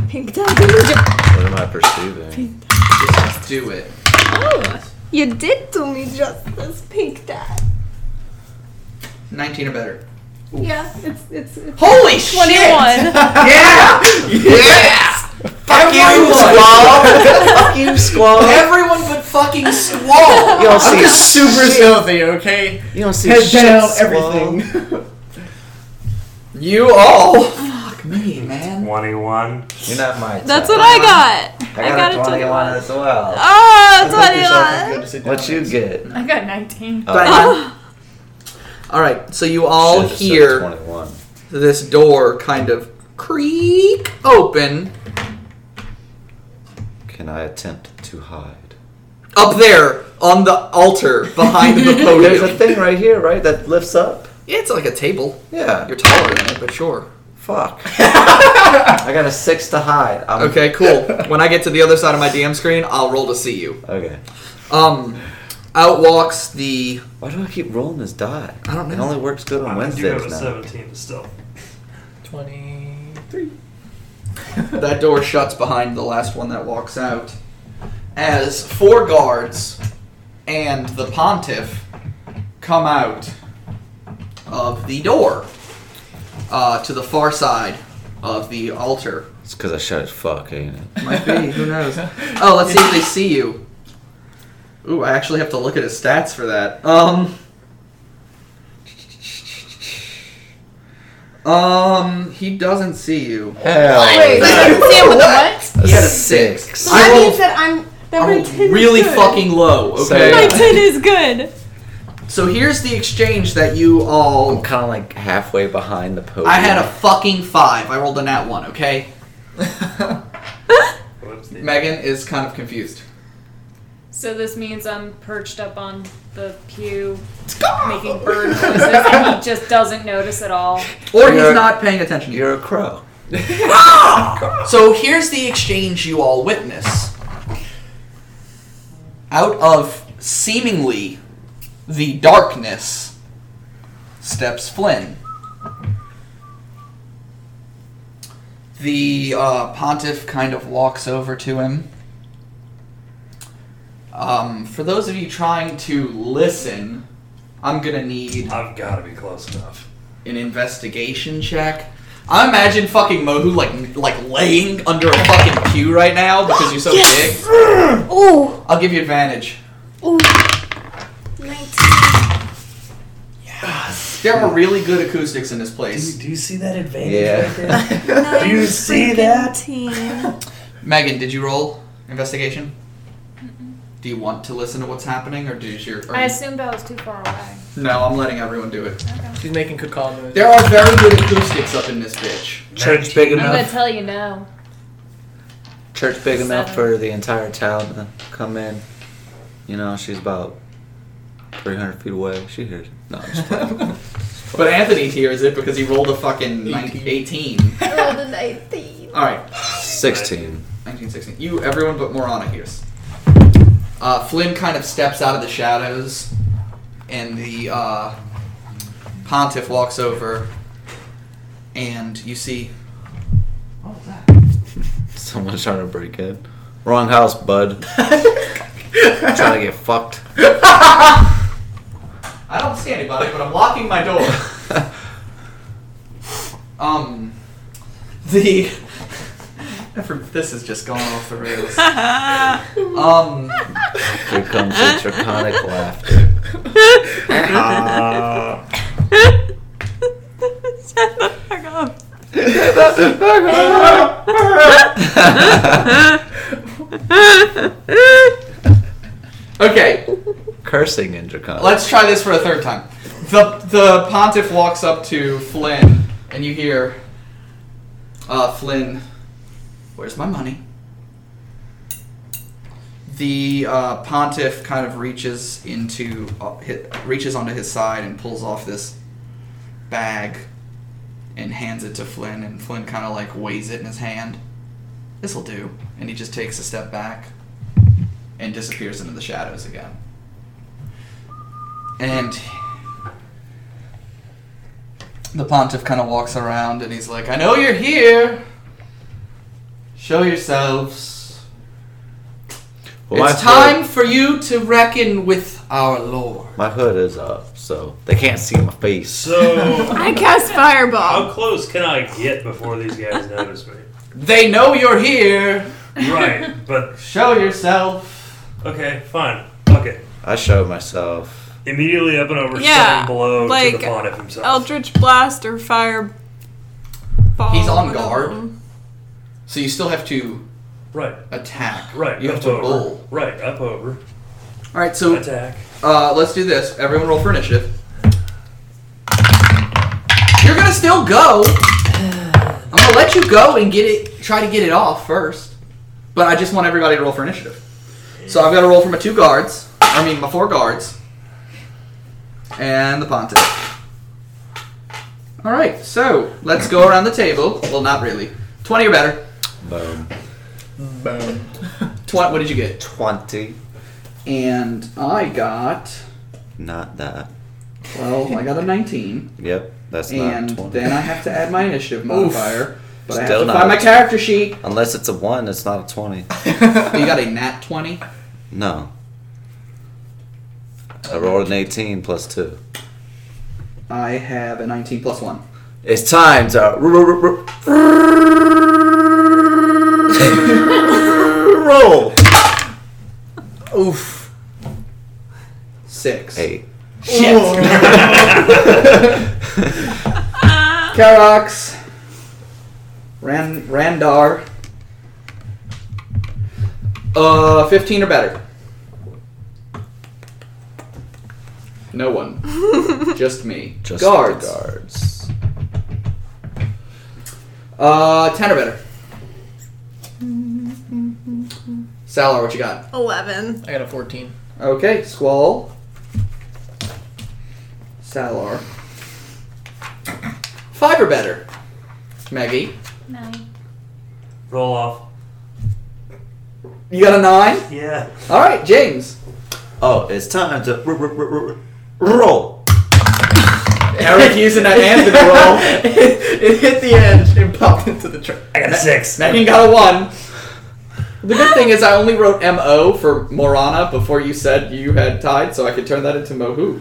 Pink dog. What am I perceiving? Just do it. Oh, you did do me justice, pink dad. Nineteen or better. Yeah, it's it's, it's Holy shit! Yeah, yeah. Fuck You squall! Fuck you squall! Everyone but fucking Squall. You don't I'm see just super stealthy, okay? You don't see Head shit, down, Squall. everything. You all. Fuck me, man. Twenty-one. You're not my. Type. That's what I got. I got, a 21 as well. Oh, 21. What you get? Oh. I got 19. All right, so you all Should've said hear. 21. this door kind of creak open Can I attempt to hide? up there on the altar behind the Oh, There's a podium. thing right here, right? That lifts up. it's like a table. Yeah. You're taller than it, but sure. Fuck. I got a six to hide. I'm, Okay, cool. When I get to the other side of my DM screen, I'll roll to see you. Okay. Um, out walks the. Why do I keep rolling this die? I don't It know. only works good on I do have Wednesdays a now. seventeen to stealth. 23. That door shuts behind the last one that walks out. As four guards and the pontiff come out of the door uh, to the far side of the altar. It's because I shouted fuck, ain't it? Might be. Who knows? Oh, let's see if they see you. Ooh, I actually have to look at his stats for that. Um. Um, he doesn't see you. Hell. Wait, Sam with the what? He had a six. Six. I That means rolled, that I'm. That I my rolled 10 is really good. fucking low. So- My Okay. Nice. 10 is good. So here's the exchange that you I'm all. kind of like halfway behind the podium. I had a fucking five. I rolled a nat one. Okay. What's the- Megan is kind of confused. So this means I'm perched up on the pew, making bird noises, and he just doesn't notice at all. Or he's You're- not paying attention. to you. You're a crow. So here's the exchange you all witness. Out of seemingly the darkness steps Flynn. The uh, pontiff kind of walks over to him. Um, for those of you trying to listen, I'm gonna need I've got to be close enough. an investigation check. I imagine fucking Mohu like like laying under a fucking pew right now because you're so big. Oh, I'll give you advantage. oh. 19. There are really good acoustics in this place. you see that advantage Yeah. there? Nine Do you see Uh, freaking that? teen. Megan, did you roll investigation? Do you want to listen to what's happening, or did your? Or I assumed I was too far away. no, I'm letting everyone do it. She's making good call moves. There are very good acoustics up in this bitch. Church big I'm gonna enough. tell you no. Church big enough Seven. for the entire town to come in. You know, she's about 300 feet away. She hears. it. No, I'm just playing. But Anthony hears it because he rolled a fucking 19, 18. Roll the 19. All right, 16. 1916. You, everyone but Morana hears. Uh, Flynn kind of steps out of the shadows, and the uh, pontiff walks over, and you see. What was that? Someone's trying to break in. Wrong house, bud. trying to get fucked. I don't see anybody, but I'm locking my door. um, the this is just going off the rails. Ah. um, Here comes the draconic laughter. Uh, Shut the fuck up. okay, Cursing in draconic. let's try this for a third time. The the pontiff walks up to Flynn, and you hear, uh, Flynn, where's my money? The uh, pontiff kind of reaches into uh, hi- reaches onto his side and pulls off this bag and hands it to Flynn, and Flynn kind of like weighs it in his hand. This'll do, and he just takes a step back and disappears into the shadows again. And the pontiff kind of walks around and he's like, I know you're here. Show yourselves. Well, my it's hood- time for you to reckon with our lord. My hood is up, so they can't see my face. so, I cast fireball. how close can I get before these guys notice me? They know you're here. Right, but Show yourself. okay, fine. Fuck it. I show myself. Immediately up and over, Yeah, stunning blow to like, the pontiff himself. Eldritch blast or fireball. He's on whatever. guard. So you still have to right, attack. right. You up have to over. roll. Right, up over. All right, so Attack. Uh, let's do this. Everyone roll for initiative. You're gonna still go. I'm gonna let you go and get it. Try to get it off first, but I just want everybody to roll for initiative. So I've got to roll for my two guards. I mean, my four guards, and the pontiff. All right, so let's go around the table. Well, not really. Twenty or better. Boom. Boom. Tw- what did you get? 20. And I got Not that. well, I got a nineteen. Yep, that's and not 20. then I have to add my initiative modifier. But I have Still to not. find my character sheet. Unless it's a 1, it's not a 20. you got a nat twenty. No. I rolled an 18 plus 2. I have a nineteen plus one. It's time to r- r- r- r- roll. Oof. Six. Eight. Shit. Karox. Ran Randar. Uh, fifteen or better. No one. Just me. Just guards. the guards. Uh, ten or better. Salar, what you got? 11. I got a 14. Okay, Squall. Salar. Five or better. Maggie. Nine. Roll off. You got a nine? Yeah. Alright, James. Oh, it's time to r- r- r- r- roll. Eric using that Anthony roll. it hit the edge and popped into the truck. I got a six. Megan got a one. The good thing is I only wrote M-O for Morana before you said you had tied, so I could turn that into Mohu.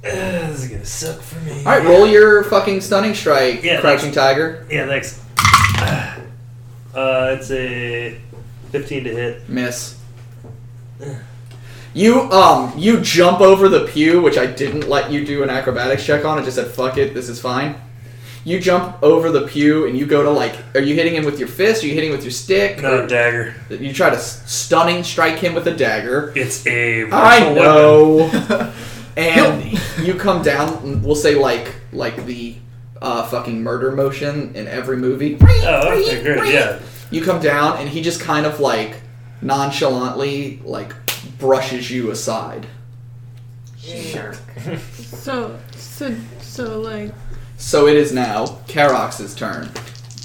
this is gonna suck for me. Alright, roll your fucking stunning strike, Yeah, Crouching Tiger. Yeah, thanks. Uh, it's a 15 to hit. Miss. You um you jump over the pew, which I didn't let you do an acrobatics check on. I just said fuck it, this is fine. You jump over the pew and you go to like, are you hitting him with your fist? Are you hitting him with your stick? Not a dagger. you try to s- stunning strike him with a dagger. It's a. I martial know. and you come down. We'll say like like the uh, fucking murder motion in every movie. Weapon. Oh, okay, great. Yeah. You come down, and he just kind of like nonchalantly like brushes you aside. So, so, so, like, So it is now Karox's turn.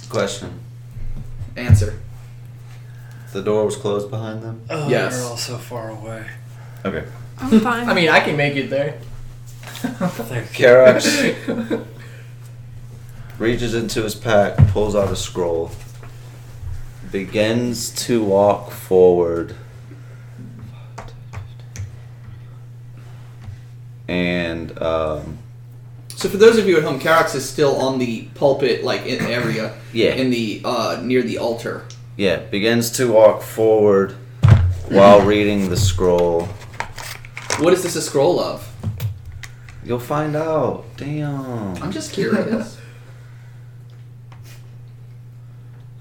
Question. Answer. The door was closed behind them? Oh, Yes. all so far away. Okay. I'm fine. I mean, I can make it there. Thank you. Karax reaches into his pack, pulls out a scroll, begins to walk forward, and um, So for those of you at home, Karox is still on the pulpit like in area. Yeah. In the uh, near the altar. yeah, begins to walk forward while reading the scroll. What is this a scroll of? You'll find out. Damn. I'm just curious.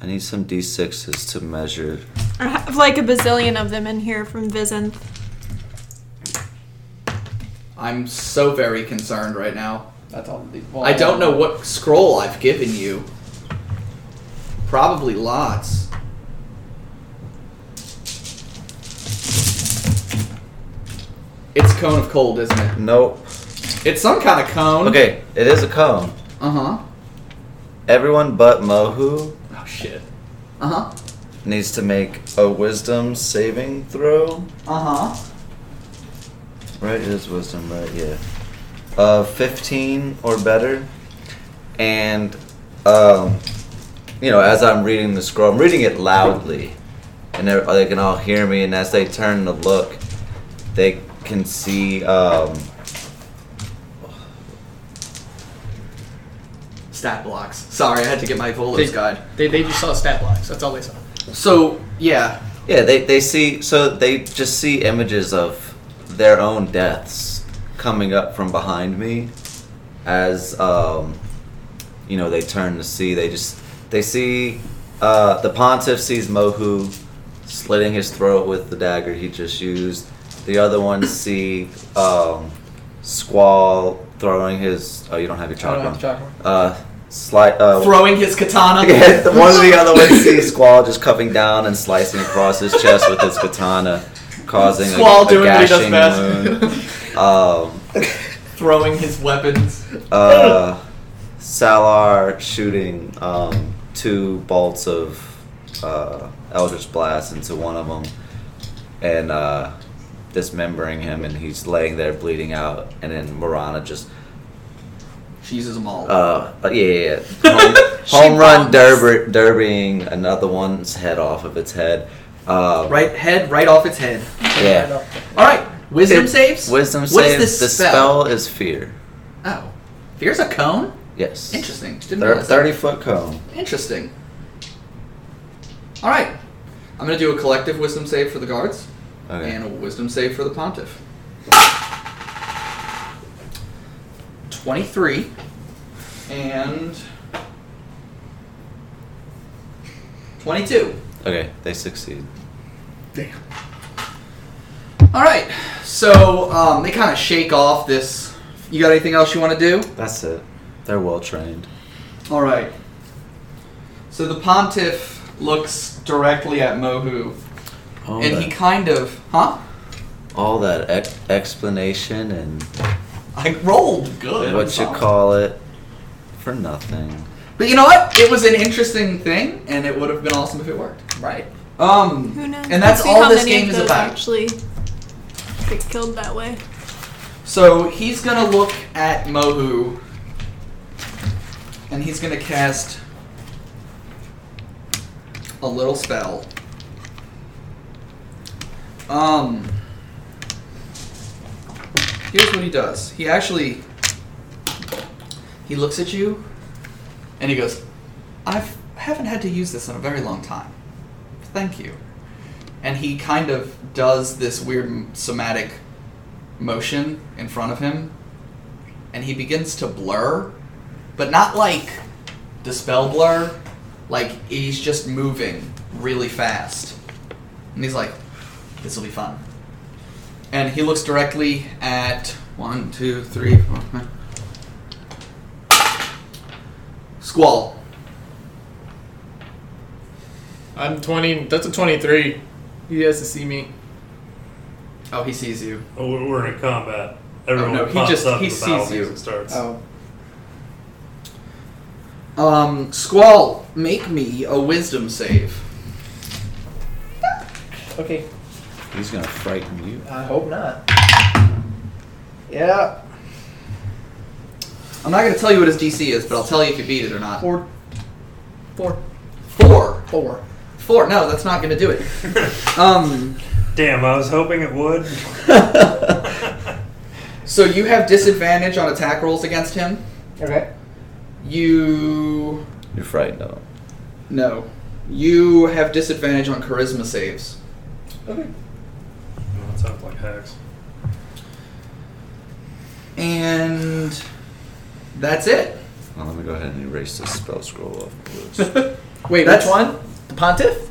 I need some d6s to measure. I have like a bazillion of them in here from Vizinth. I'm so very concerned right now. That's all. The, well, I don't know what scroll I've given you. Probably lots. It's cone of cold, isn't it? Nope. It's some kind of cone. Okay, it is a cone. Uh huh. Everyone but Mohu Oh shit. Uh Uh-huh. huh. needs to make a wisdom saving throw. Uh huh. Right, it is wisdom, right? Yeah. Uh, 15 or better. And, um, you know, as I'm reading the scroll, I'm reading it loudly. And they're- they can all hear me. And as they turn to look, they can see, um, Stat blocks. Sorry, I had to get my Volos Big- guide. They, they just saw stat blocks. That's all they saw. So yeah, yeah, they, they see, so they just see images of their own deaths coming up from behind me as, um, you know, they turn to see. They just they see uh, the pontiff sees Mohu slitting his throat with the dagger he just used. The other ones see um, Squall throwing his. Oh, you don't have your I chalk don't have on. the chakra. Uh, slight. Uh, throwing his katana. yeah, the- one of the other ones sees Squall just coming down and slicing across his chest with his katana, causing Squall a, a doing what he does gashing wound. Um, throwing his weapons. uh, Salar shooting um, two bolts of uh, Eldritch Blast into one of them and uh, dismembering him, and he's laying there bleeding out. And then Morana just, She uses them all. uh, yeah, yeah, yeah. home, home run derby, derbying another one's head off of its head. Uh, right head, right off its head. Yeah. All right, wisdom It- saves. Wisdom What is saves. this the spell? spell? is fear. Oh, here's a cone. Yes. Interesting. Didn't Thir- realize that. 30 foot cone. Interesting. All right. I'm going to do a collective wisdom save for the guards Okay. and a wisdom save for the pontiff. 23 and 22. Okay, they succeed. All right. So um, they kind of shake off this. You got anything else you want to do? That's it. They're well trained. All right. So the pontiff looks directly at Mohu, All, and that, he kind of, huh? all that ex- explanation and I rolled good. what you call it for nothing. But you know what? It was an interesting thing, and it would have been awesome if it worked. Right. Um, Who knows? and that's Let's see all how this many game of is those about. Actually, get killed that way. So he's gonna look at Mohu, and he's gonna cast a little spell. Um, here's what he does. He actually he looks at you and he goes, "I haven't had to use this in a very long time. Thank you." And he kind of does this weird somatic motion in front of him, and he begins to blur, but not like dispel blur. Like he's just moving really fast, and he's like, "This will be fun." And he looks directly at one, two, three, four, five. Squall. I'm 20. That's a 23. He has to see me. Oh, he sees you. Oh, we're, we're in combat. Everyone Oh, no, he pops just- up he and the battle sees you. music starts. Oh. Um, Squall, make me a wisdom save. Okay. He's gonna frighten you. I hope not. Yeah. I'm not going to tell you what his DC is, but I'll tell you if you beat it or not. Four. Four. Four. Four. Four. No, that's not going to do it. um, Damn, I was hoping it would. so you have disadvantage on attack rolls against him. Okay. You. You're frightened of him. No. You have disadvantage on charisma saves. Okay. Well, that sounds like hacks. And. That's it. Well, let me go ahead and erase this spell scroll off. the list. Wait, That's- which one? The pontiff?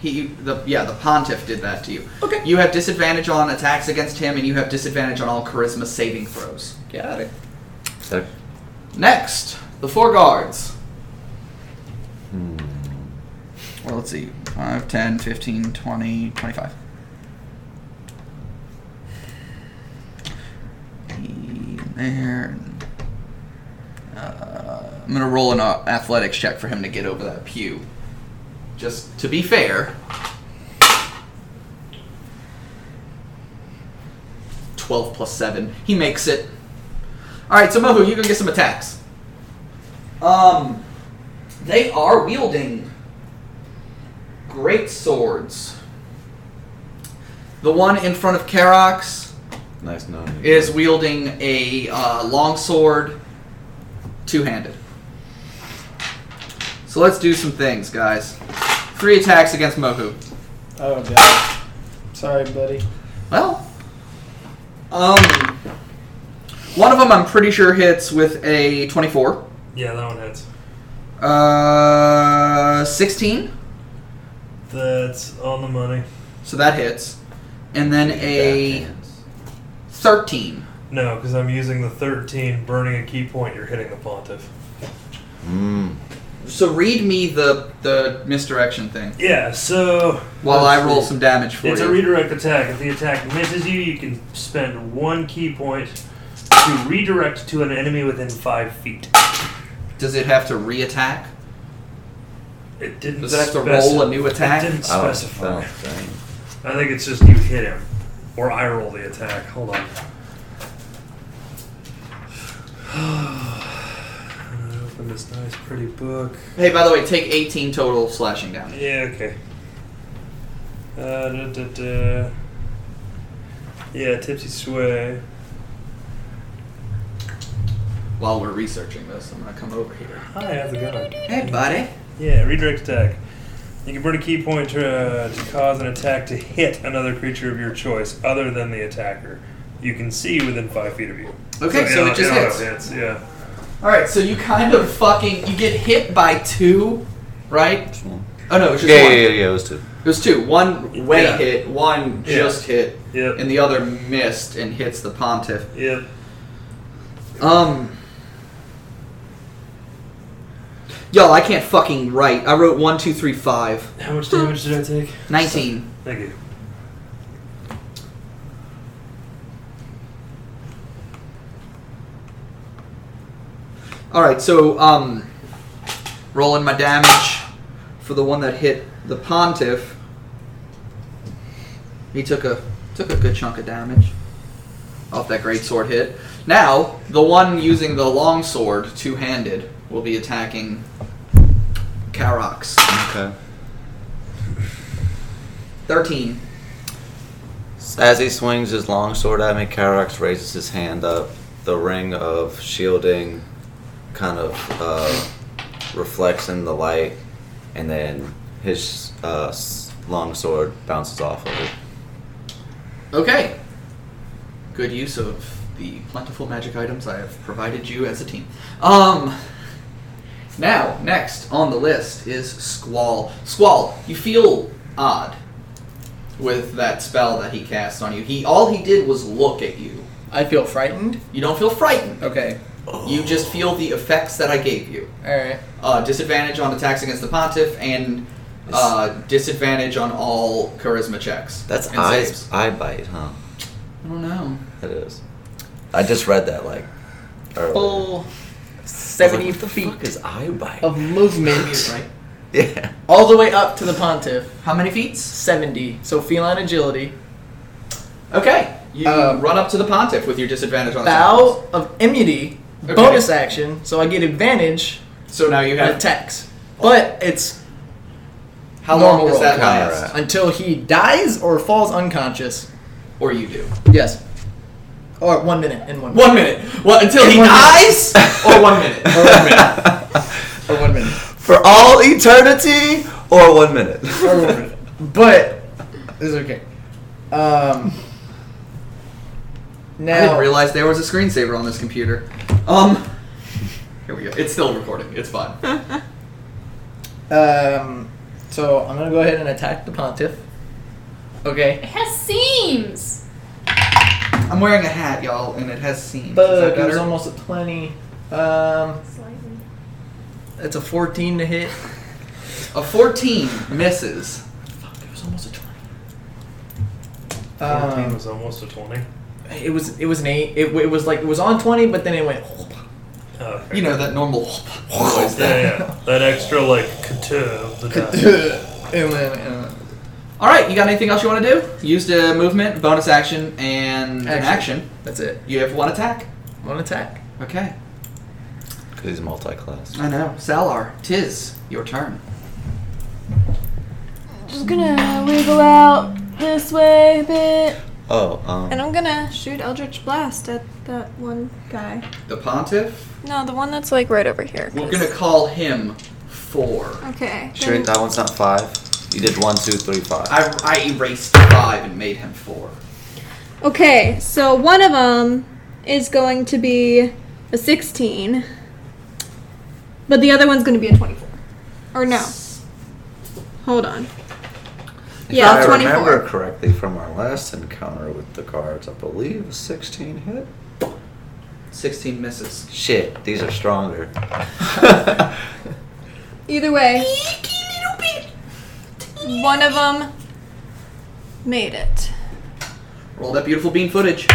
He, the yeah, the pontiff did that to you. Okay. You have disadvantage on attacks against him, and you have disadvantage on all charisma saving throws. Got it. Sec- Next, the four guards. hmm. Well, let's see. 5, 10, 15, 20, 25. He- There. and, Uh, I'm going to roll an uh, athletics check for him to get over that pew. Just to be fair. 12 plus 7. He makes it. Alright, so Mohu, you go get some attacks. Um, they are wielding great swords. The one in front of Karox Nice knowing you. is wielding a uh, long sword, two-handed. So let's do some things, guys. Three attacks against Mohu. Oh, God. Sorry, buddy. Well, um, one of them I'm pretty sure hits with a 24, Yeah, that one hits. uh, 16, That's on the money. so that hits, and then a Backhands. 13. No, because I'm using the 13, burning a key point, you're hitting the pontiff. Mm. So read me the the misdirection thing Yeah, so while I roll see. some damage for it's you. a redirect attack. If the attack misses you, you can spend one key point to redirect to an enemy within five feet. Does it have to re-attack? It didn't. Does it have to speci- roll a new attack? It didn't Oh, specify. oh, dang. I think it's just you hit him, or I roll the attack. Hold on. I opened this nice, pretty book. Hey, by the way, take 18 total slashing damage. Yeah, okay. Uh, da, da, da. Yeah, tipsy sway. While we're researching this, I'm gonna come over here. Hi, how's it going? Hey, budty. Yeah, redirect attack. You can burn a key point to, uh, to cause an attack to hit another creature of your choice, other than the attacker. You can see within five feet of you. Okay, so yeah, it just yeah, hits. hits. Yeah. All right, so you kind of fucking you get hit by two, right? Just one. Oh no, it was just Yeah, yeah, one. yeah, yeah, it was two. It was two. One way Yeah. hit, one Yeah. just hit, Yep. and the other missed and hits the pontiff. yep. Um. Yo, I can't fucking write. I wrote one, two, three, five. How much damage did I take? 19. Thank you. Alright, so, um. Rolling my damage for the one that hit the pontiff. He took a took a good chunk of damage off that great sword hit. Now, the one using the long sword, two handed, will be attacking Karox. Okay. Thirteen. As he swings his long sword at me, Karax raises his hand up. The ring of shielding kind of uh, reflects in the light, and then his uh, s- long sword bounces off of it. Okay. Good use of the plentiful magic items I have provided you as a team. Um. Now, next on the list is Squall. Squall, you feel odd with that spell that he cast on you. He all he did was look at you. I feel frightened. You don't feel frightened. Okay. You just feel the effects that I gave you. All right. Uh, disadvantage on attacks against the pontiff and uh, disadvantage on all charisma checks. That's and eye, saves. eye bite, huh? I don't know. It is. I just read that like. earlier. Full I was like, seventy what the fuck feet is eye bite? of movement Right. Yeah. all the way up to the pontiff. How many feats? Seventy. So feline agility. Okay. You Um, run up to the pontiff with your disadvantage on attacks. Bow of immunity. Okay. Bonus action. So I get advantage So now you on have. attacks. But it's How long normal does roll. that last? Counteract. until he dies or falls unconscious. Or you do. Yes. Or one minute in one. One minute. What until he One dies? or one minute. Or one minute. Oh, or one minute. For all eternity or one minute? Or one minute. But it's okay. Um. Now I didn't realize there was a screensaver on this computer. Um. Here we go. It's still recording. It's fine. Um, so I'm gonna go ahead and attack the pontiff. It Okay. has seams. I'm wearing a hat, y'all, and it has seams. Is that But it was better? almost a twenty. Um, Slightly. it's a fourteen to hit. A 14 misses. Fuck, it was almost a twenty. 14 Um, was almost a 20. it was it was an eight. It, it was like it was on twenty, but then it went. Oh, okay. You know that normal yeah, noise there. yeah. That extra, like, couture of the die. and then uh, All right. You got anything else you want to do? Used a movement, bonus action, and an Action. action. that's it. You have one attack. One attack. Okay. Because he's multi class. I know. Salar, tis your turn. Just gonna wiggle out this way a bit. Oh, um. And I'm gonna shoot Eldritch Blast at that one guy. The Pontiff. No, the one that's like right over here. We're 'cause- gonna call him four. Okay. Sure, then- that one's not five. You did one, two, three, five. I, I erased five and made him four. Okay, so one of them is going to be a 16, but the other one's going to be a 24. Or no. Hold on. Yeah, if I 24. remember correctly from our last encounter with the cards, I believe a 16 hit. Sixteen misses. Shit, these are stronger. Either way, one of them made it. Roll that beautiful bean footage.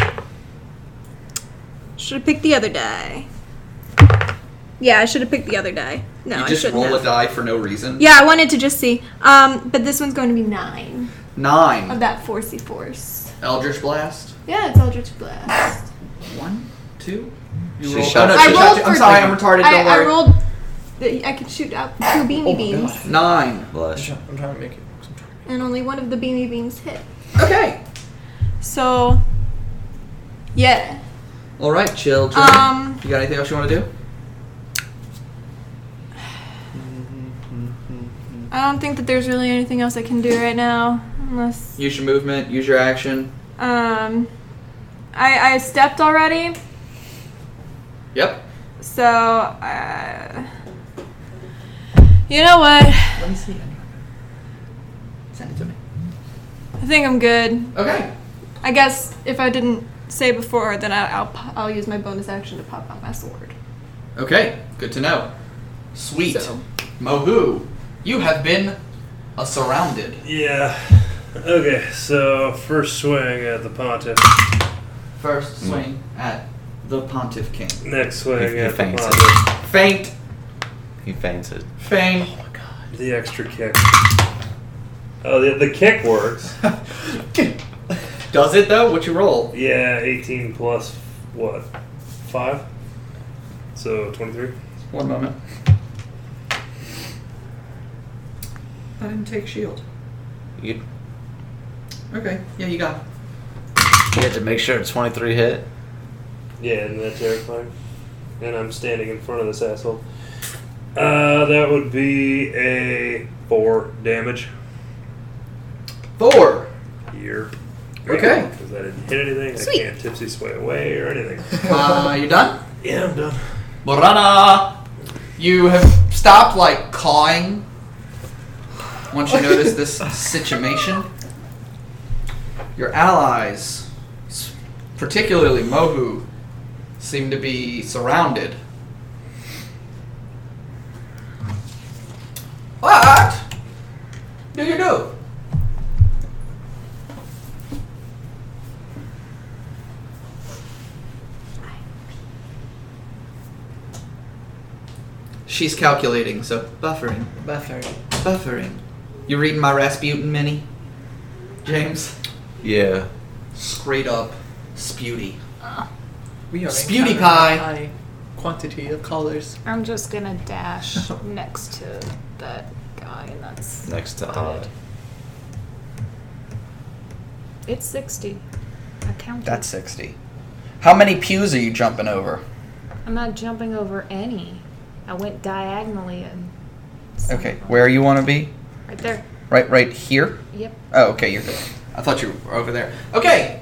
Should have picked the other die. Yeah, I should have picked the other die. No, you I just shouldn't. roll have. a die for no reason. Yeah, I wanted to just see. Um, but this one's going to be nine of Nine. that forcey force. Eldritch blast. Yeah, it's Eldritch Blast. One, two. You She rolled. shot Oh, no, I she shot rolled you. I'm for- sorry. I'm retarded. I, don't I worry. Oh rolled. the- I could shoot out two beanie beams, Nine. Blush. I'm trying to make it. work, so I'm trying to- and only one of the beanie beams hit. Okay. So, yeah. All right, children. Um, you got anything else you want to do? I don't think that there's really anything else I can do right now, unless Use your movement. Use your action. um, I I stepped already, Yep. so uh, you know what? I Let me see. it. Send it to me. think I'm good. Okay. I guess if I didn't say before, then I, I'll p- I'll use my bonus action to pop out my sword. Okay, good to know. Sweet. So- Mohu, you have been uh, surrounded. Yeah. Okay, so first swing at the pontiff. First swing at the Pontiff King. Next swing He- he at the faints. pontiff. Faint, He fainted. faint. The extra kick. Oh, the, the kick works. Does it though? What you roll? Yeah, 18 plus what? 5? So 23? One moment. I didn't take shield. You, Okay. Yeah, you got. it. You have to make sure it's 23 hit. Yeah, isn't that terrifying? And I'm standing in front of this asshole. Uh, that would be a four damage. Four. Here. Okay. Because I didn't hit anything. Sweet. I can't tipsy sway away or anything. Uh, you done? Yeah, I'm done. Morana, you have stopped like cawing once you notice this situation. Your allies, s- particularly Mohu, seem to be surrounded. What do you do? She's calculating, so buffering, buffering, buffering. You reading my Rasputin mini? James? Yeah. Straight up sputy. We are Sputy encountering pie. a High quantity of colors. I'm just gonna dash next to that guy, and that's Next to about odd. it. It's sixty. I counted. 60. How many pews are you jumping over? I'm not jumping over any. I went diagonally and. Okay, where you want to be? Right there. Right right here? Yep. Oh, okay, you're good. I thought you were over there. Okay.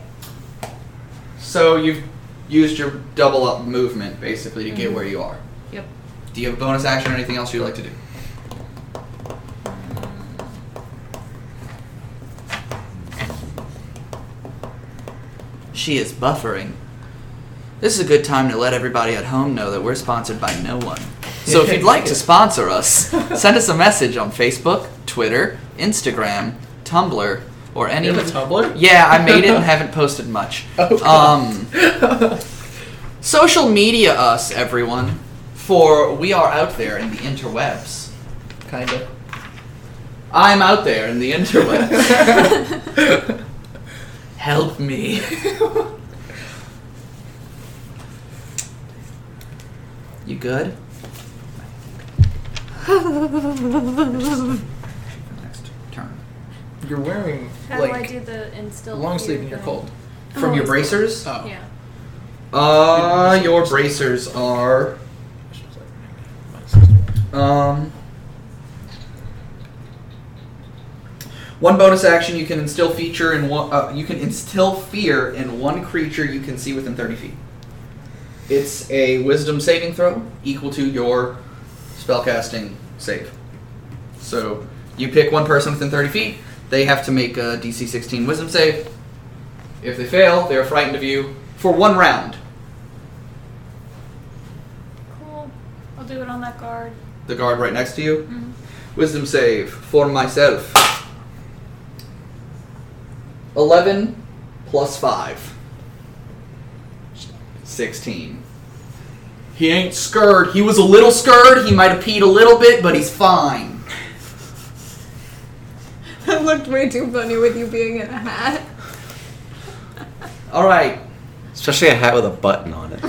So you've used your double up movement basically to get where you are. Yep. Do you have a bonus action or anything else you'd like to do? She is buffering. This is a good time to let everybody at home know that we're sponsored by no one. So if you'd like to sponsor us, send us a message on Facebook, Twitter, Instagram, Tumblr, or any You of have a tumbler? yeah, I made it and haven't posted much. um, social media us, everyone, for we are out there in the interwebs. Kinda. I'm out there in the interwebs. Help me. you good? Next turn. You're wearing How do I like do the instill? long sleeve and fear you're thing? cold. From your bracers? Oh. Yeah. Uh, your bracers are. Um, one bonus action you can instill feature in one. Uh, you can instill fear in one creature you can see within thirty feet. It's a Wisdom saving throw equal to your spellcasting save. So you pick one person within thirty feet. They have to make a DC sixteen Wisdom save. If they fail, they are frightened of you for one round. Cool. I'll do it on that guard. The guard right next to you. Mhm. Wisdom save for myself. 11 plus 5. 16. He ain't scurred. He was a little scurred. He might have peed a little bit, but he's fine. That looked way too funny with you being in a hat. All right. Especially a hat with a button on it.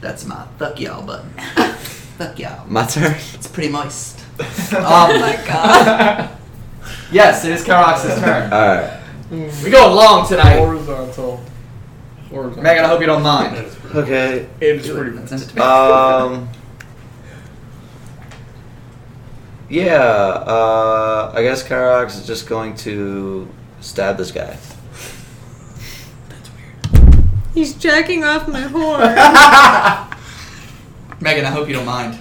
That's my fuck y'all button. fuck y'all. My turn. It's pretty moist. oh my god. yes, it is Karox's turn. Alright. We going long tonight. Horizontal. Horizontal. Megan, I hope you don't mind. That is pretty- Okay. It's pretty Send it to me. Um. Yeah, uh, I guess Karox is just going to stab this guy. He's jacking off my horn. Megan, I hope you don't mind.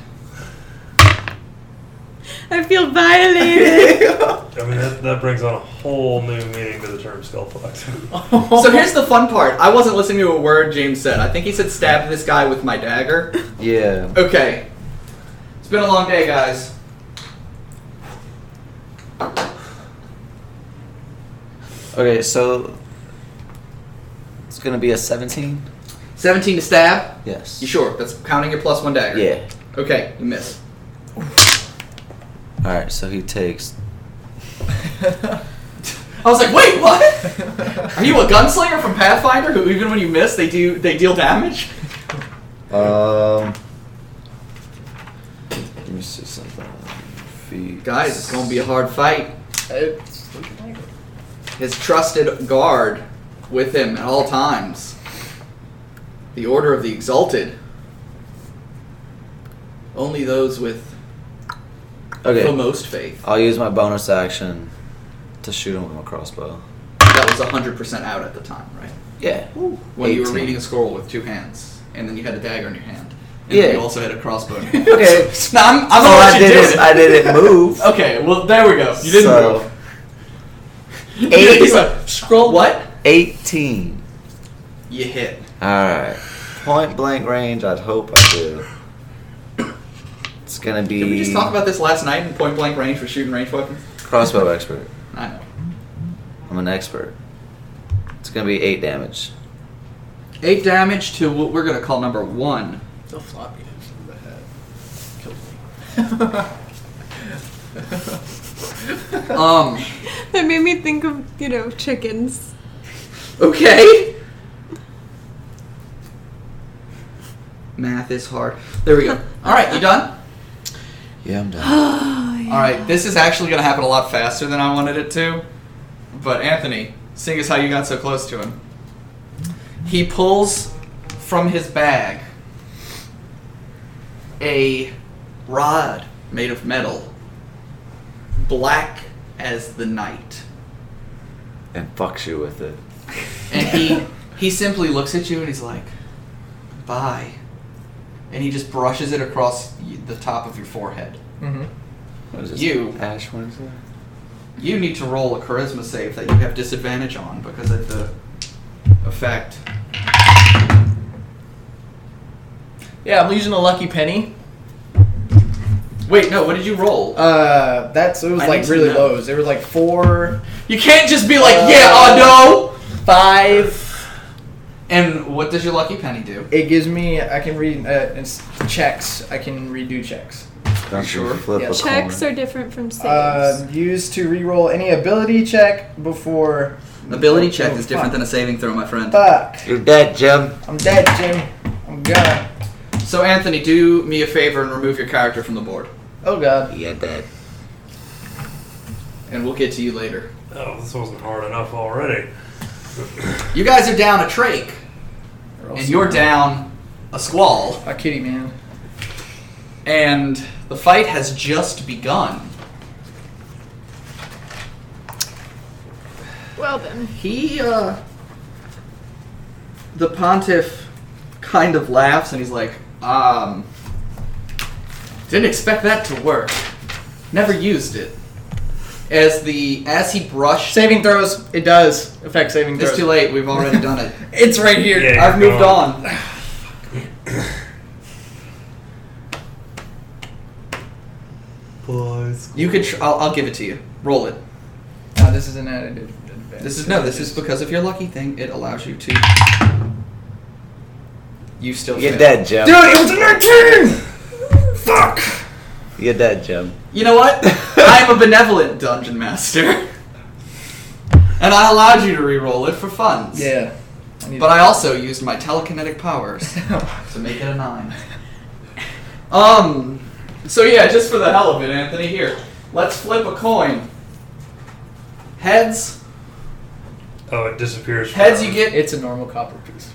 I feel violated. I mean, that, that brings on a whole new meaning to the term skull fox. So here's the fun part. I wasn't listening to a word James said. I think he said stab this guy with my dagger. Yeah. Okay. It's been a long day, guys. Okay, so it's gonna be a 17? 17 to stab. Yes. You sure? That's counting your plus one dagger. Yeah. Okay, you miss. Alright, so he takes. I was like, wait, what? Are you a gunslinger from Pathfinder who even when you miss they do they deal damage? Um. Let me see something. feet. Guys, it's gonna be a hard fight. It's looking like it. His trusted guard with him at all times. The Order of the Exalted. Only those with the Okay. Uh, most faith. I'll use my bonus action to shoot him with my crossbow. That was 100% out at the time, right? Yeah. When you were 18. reading a scroll with two hands, and then you had a dagger in your hand. And Yeah. you also had a crossbow in your hand. Okay. No, I'm, I'm All gonna I let you did do is Oh, it. I didn't move. Okay, well, there we go. You didn't So- move. Eight. You went, scroll what? 18. You hit. Alright. Point blank range, I'd hope I do. It's gonna be Did we just talk about this last night in point blank range for shooting range weapons? crossbow expert. I know. I'm an expert. It's gonna be eight damage. Eight damage to what we're gonna call number one. The floppiness of the head killed me. Um, That made me think of, you know, chickens. okay. Math is hard. There we go. All right, you done? Yeah, I'm done. All right, this is actually gonna happen a lot faster than I wanted it to. But Anthony, seeing as how you got so close to him, he pulls from his bag a rod made of metal, black as the night. and fucks you with it. And he he simply looks at you and he's like, "Bye," and he just brushes it across y- the top of your forehead. Mhm. What is You. Ash Wednesday? You need to roll a charisma save that you have disadvantage on because of the effect. Yeah, I'm using a lucky penny. Wait, no. What did you roll? Uh, that's it was I need like to really know. lows. They were like four, you can't just be like, "Yeah, oh five. no." And what does your lucky penny do? It gives me I can read uh, it's checks. I can redo checks. Don't you Sure. flip Yeah. a Checks coin. are different Um, from saves. Uh, used to reroll any ability check before. Ability check is different than a. a saving throw, my friend. Fuck! You're dead, Jim. I'm dead, Jim. I'm gone. So Anthony, do me a favor and remove your character from the board, Oh god. Yeah, dead. and we'll get to you later. Oh, this wasn't hard enough already. You guys are down a trach, and you're down a squall. a kitty man. and the fight has just begun. well then. He, uh. The pontiff kind of laughs and he's like, um. Didn't expect that to work. Never used it. As the. As he brushed. Saving throws. It does affect saving throws. It's too late, we've already done it. It's right here. Yeah. I've moved go on. Boys. You could. Tr- I'll, I'll give it to you. Roll it. No, this is an added advantage. This is no. This is because of your lucky thing. It allows you to. You still. You're fail. dead, Jim. Dude, it was a 19! Fuck! You're dead, Jim. You know what? I'm a benevolent dungeon master. And I allowed you to re-roll it for funds. Yeah. But I also used my telekinetic powers I. to make it a nine. Um so yeah, just for the hell of it, Anthony, here. Let's flip a coin. Heads. Oh, it disappears. Heads you get it's a normal copper piece.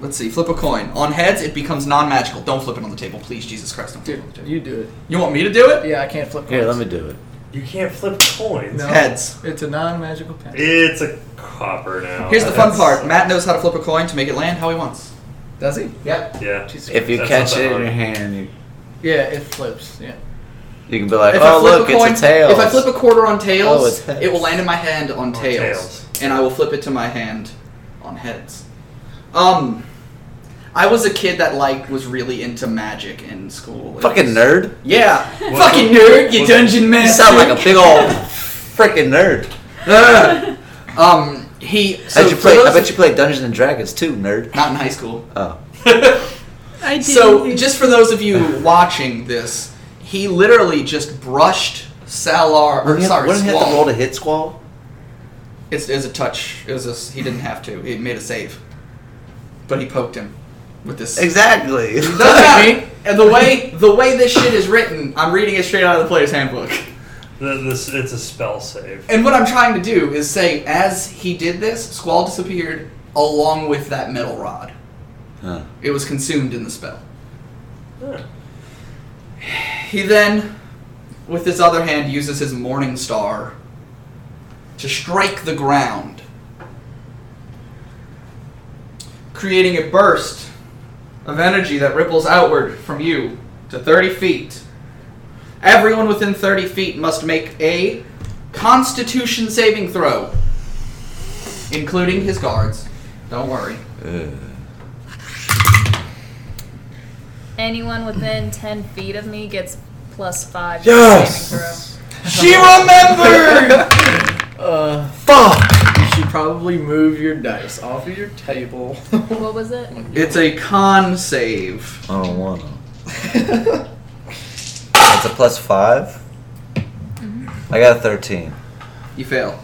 let's see, flip a coin. On heads it becomes non-magical. Don't flip it on the table, please, Jesus Christ, don't flip Dude, it on the table. you do it. You want me to do it? Yeah, I can't flip coins. Here, let me do it. You can't flip coins. No. Heads. It's a non magical pen. It's a copper now. Here's the fun That's- part. Matt knows how to flip a coin to make it land how he wants. Does he? Yep. Yeah. Jesus. If you That's catch not that it in hard. your hand, you, Yeah, it flips. Yeah. you can be like, If I oh, flip look, a coin, it's a tail. If I flip a quarter on Oh, tails, it's heads. it will land in my hand on, tails, tails. and I will flip it to my hand on heads. Um, I was a kid that like was really into magic in school. It Fucking was- nerd. Yeah, What- fucking nerd, you what- dungeon You master. sound like a big old freaking nerd. Ugh. um, he. So I, bet you for play, I those- bet you play Dungeons and Dragons too, nerd. Not in high school. Oh. I did. So, just for those of you watching this, he literally just brushed Salar. Or Wouldn't you have- sorry, wouldn't you have to Squall. roll to hit squall? It's, it was a touch. It was a, he didn't have to. He made a save, but he poked him. with this. Exactly. Doesn't it? And the way the way this shit is written, I'm reading it straight out of the player's handbook. The, this, it's a spell save. And what I'm trying to do is say, as he did this, Squall disappeared along with that metal rod. Huh. It was consumed in the spell. Huh. He then, with his other hand, uses his morning star to strike the ground, creating a burst of energy that ripples outward from you to 30 feet. Everyone within 30 feet must make a constitution saving throw, including his guards. Don't worry. Anyone within 10 feet of me gets plus 5 Yes! She remembered! Uh, Fuck! you should probably move your dice off of your table. saving throw. What was it? it's a con save. I don't want to. That's That's a plus five. I got a 13. You fail.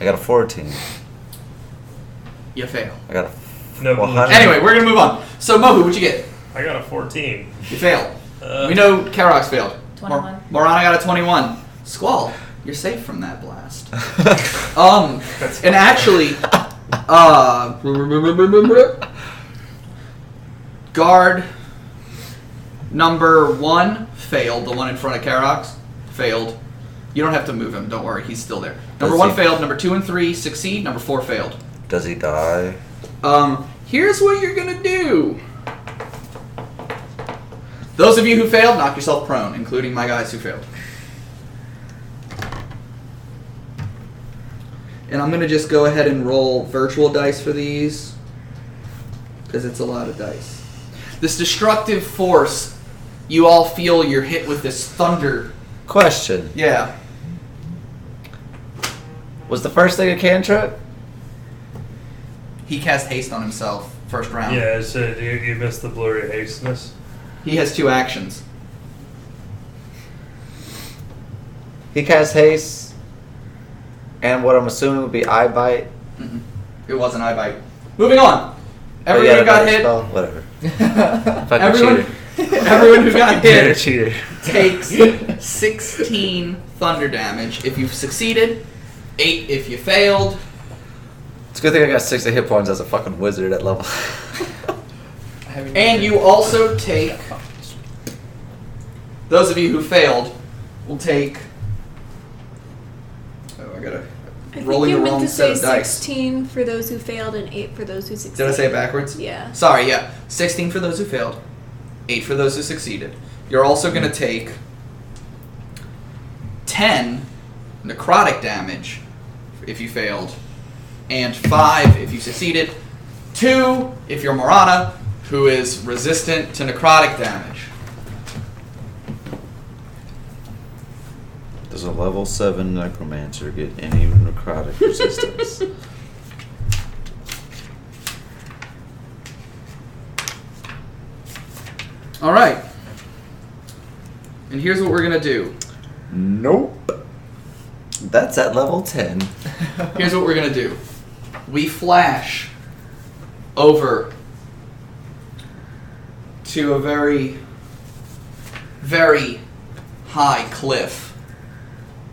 I got a 14. You fail. I got a No, Well, but- honey- Anyway, we're gonna move on. So, Mohu, what'd you get? I got a 14. You failed. Uh, we know Karox failed. Mor- 21. Morana got a 21. Squall, you're safe from that blast. um, and actually, uh, guard number one failed. The one in front of Karox failed. You don't have to move him. Don't worry, he's still there. Number Does one he- failed. Number two and three succeed. Number four failed. Does he die? Um, here's what you're gonna do. Those of you who failed, knock yourself prone, including my guys who failed. And I'm gonna just go ahead and roll virtual dice for these, because it's a lot of dice. This destructive force, you all feel you're hit with this thunder. Question. Yeah. Was the first thing a cantrip? He cast haste on himself first round. yeah, so you, you missed the blurry hasteness. He has two actions. He cast haste, and what I'm assuming would be eye bite. Mm-mm. Mm-hmm. It wasn't eye bite. Moving on. but he Oh, Everyone who had got another hit. spell. Whatever. Fucking Everyone, cheater. everyone who got You're a hit cheater. takes 16 thunder damage if you've succeeded, 8 if you failed. It's a good thing I got 60 hit points as a fucking wizard at level. And you also take. Those of you who failed will take. Oh, I gotta. I Rolling think the you meant wrong to say set of dice. 16 for those who failed and 8 for those who succeeded. Did I say it backwards? Yeah. Sorry, yeah. 16 for those who failed, 8 for those who succeeded. You're also going to take 10 necrotic damage if you failed, and 5 if you succeeded, 2 if you're Morana, who is resistant to necrotic damage. Does a level 7 necromancer get any necrotic resistance? All right. And here's what we're going to do. nope. That's at level 10. Here's what we're gonna do. We flash over to a very, very high cliff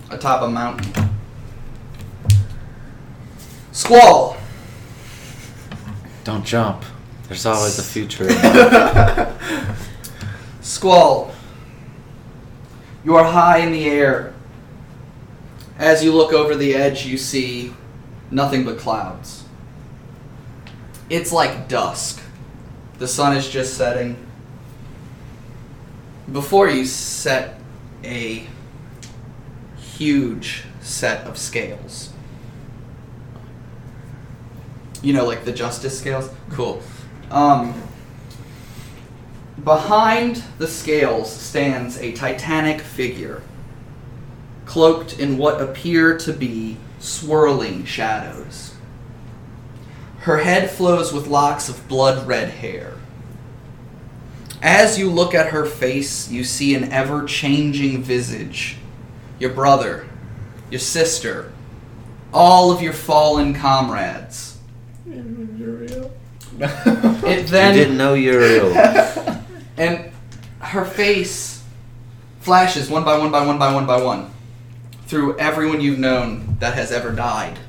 atop a mountain. Squall! Don't jump. There's always a future. Squall, you are high in the air. As you look over the edge, you see nothing but clouds. It's like dusk. The sun is just setting. Before you set a huge set of scales. You know, like the justice scales? Cool. Um, Behind the scales stands a titanic figure, cloaked in what appear to be swirling shadows. Her head flows with locks of blood red hair. As you look at her face, you see an ever changing visage. Your brother, your sister, all of your fallen comrades. It you didn't then know Uriel. and her face flashes one by one by one by one by one through everyone you've known that has ever died.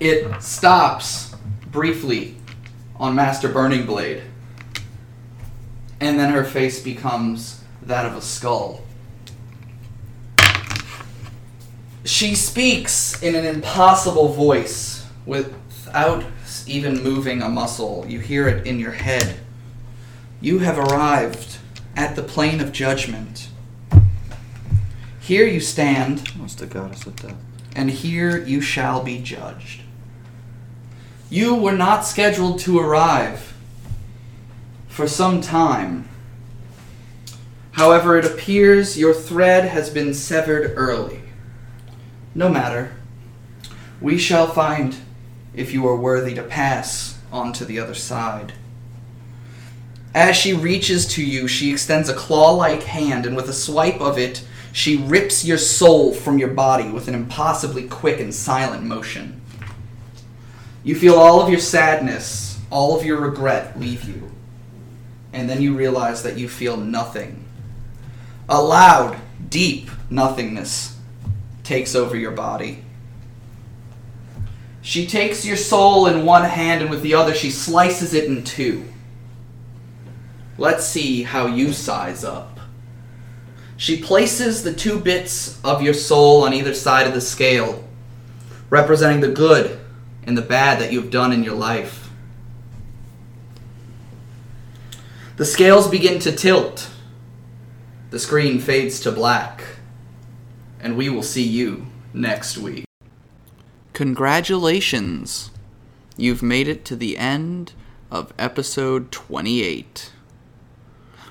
It stops briefly on Master Burning Blade. And then her face becomes that of a skull. She speaks in an impossible voice without even moving a muscle. You hear it in your head. You have arrived at the plane of judgment. Here you stand, What's the goddess of death? and here you shall be judged. You were not scheduled to arrive for some time. However, it appears your thread has been severed early. No matter. We shall find if you are worthy to pass on to the other side. As she reaches to you, she extends a claw like hand, and with a swipe of it, she rips your soul from your body with an impossibly quick and silent motion. You feel all of your sadness, all of your regret leave you, and then you realize that you feel nothing. A loud, deep nothingness takes over your body. She takes your soul in one hand, and with the other, she slices it in two. Let's see how you size up. She places the two bits of your soul on either side of the scale, representing the good and the bad that you've done in your life. The scales begin to tilt. The screen fades to black. And we will see you next week. Congratulations! You've made it to the end of episode 28.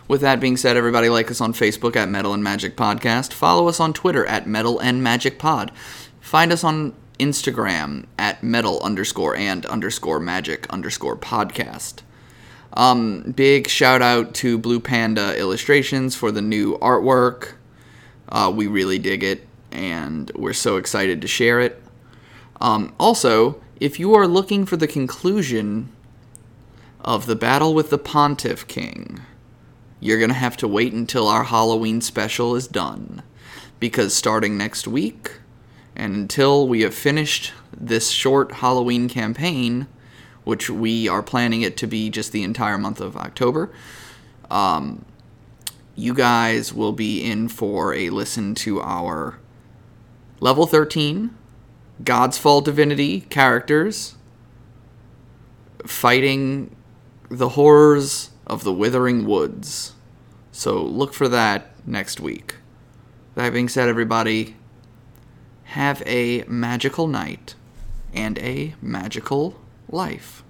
With that being said, everybody like us on Facebook at Metal and Magic Podcast. Follow us on Twitter at Metal and Magic Pod. Find us on Instagram at Metal underscore and underscore Magic underscore Podcast. Um, big shout out to Blue Panda Illustrations for the new artwork. Uh, we really dig it, and we're so excited to share it. Um, also, if you are looking for the conclusion of the battle with the Pontiff King, you're going to have to wait until our Halloween special is done. Because starting next week, and until we have finished this short Halloween campaign, which we are planning it to be just the entire month of October, um, you guys will be in for a listen to our level 13 God's Fall Divinity characters fighting the horrors of the Withering Woods. So look for that next week. That being said, everybody, have a magical night and a magical life.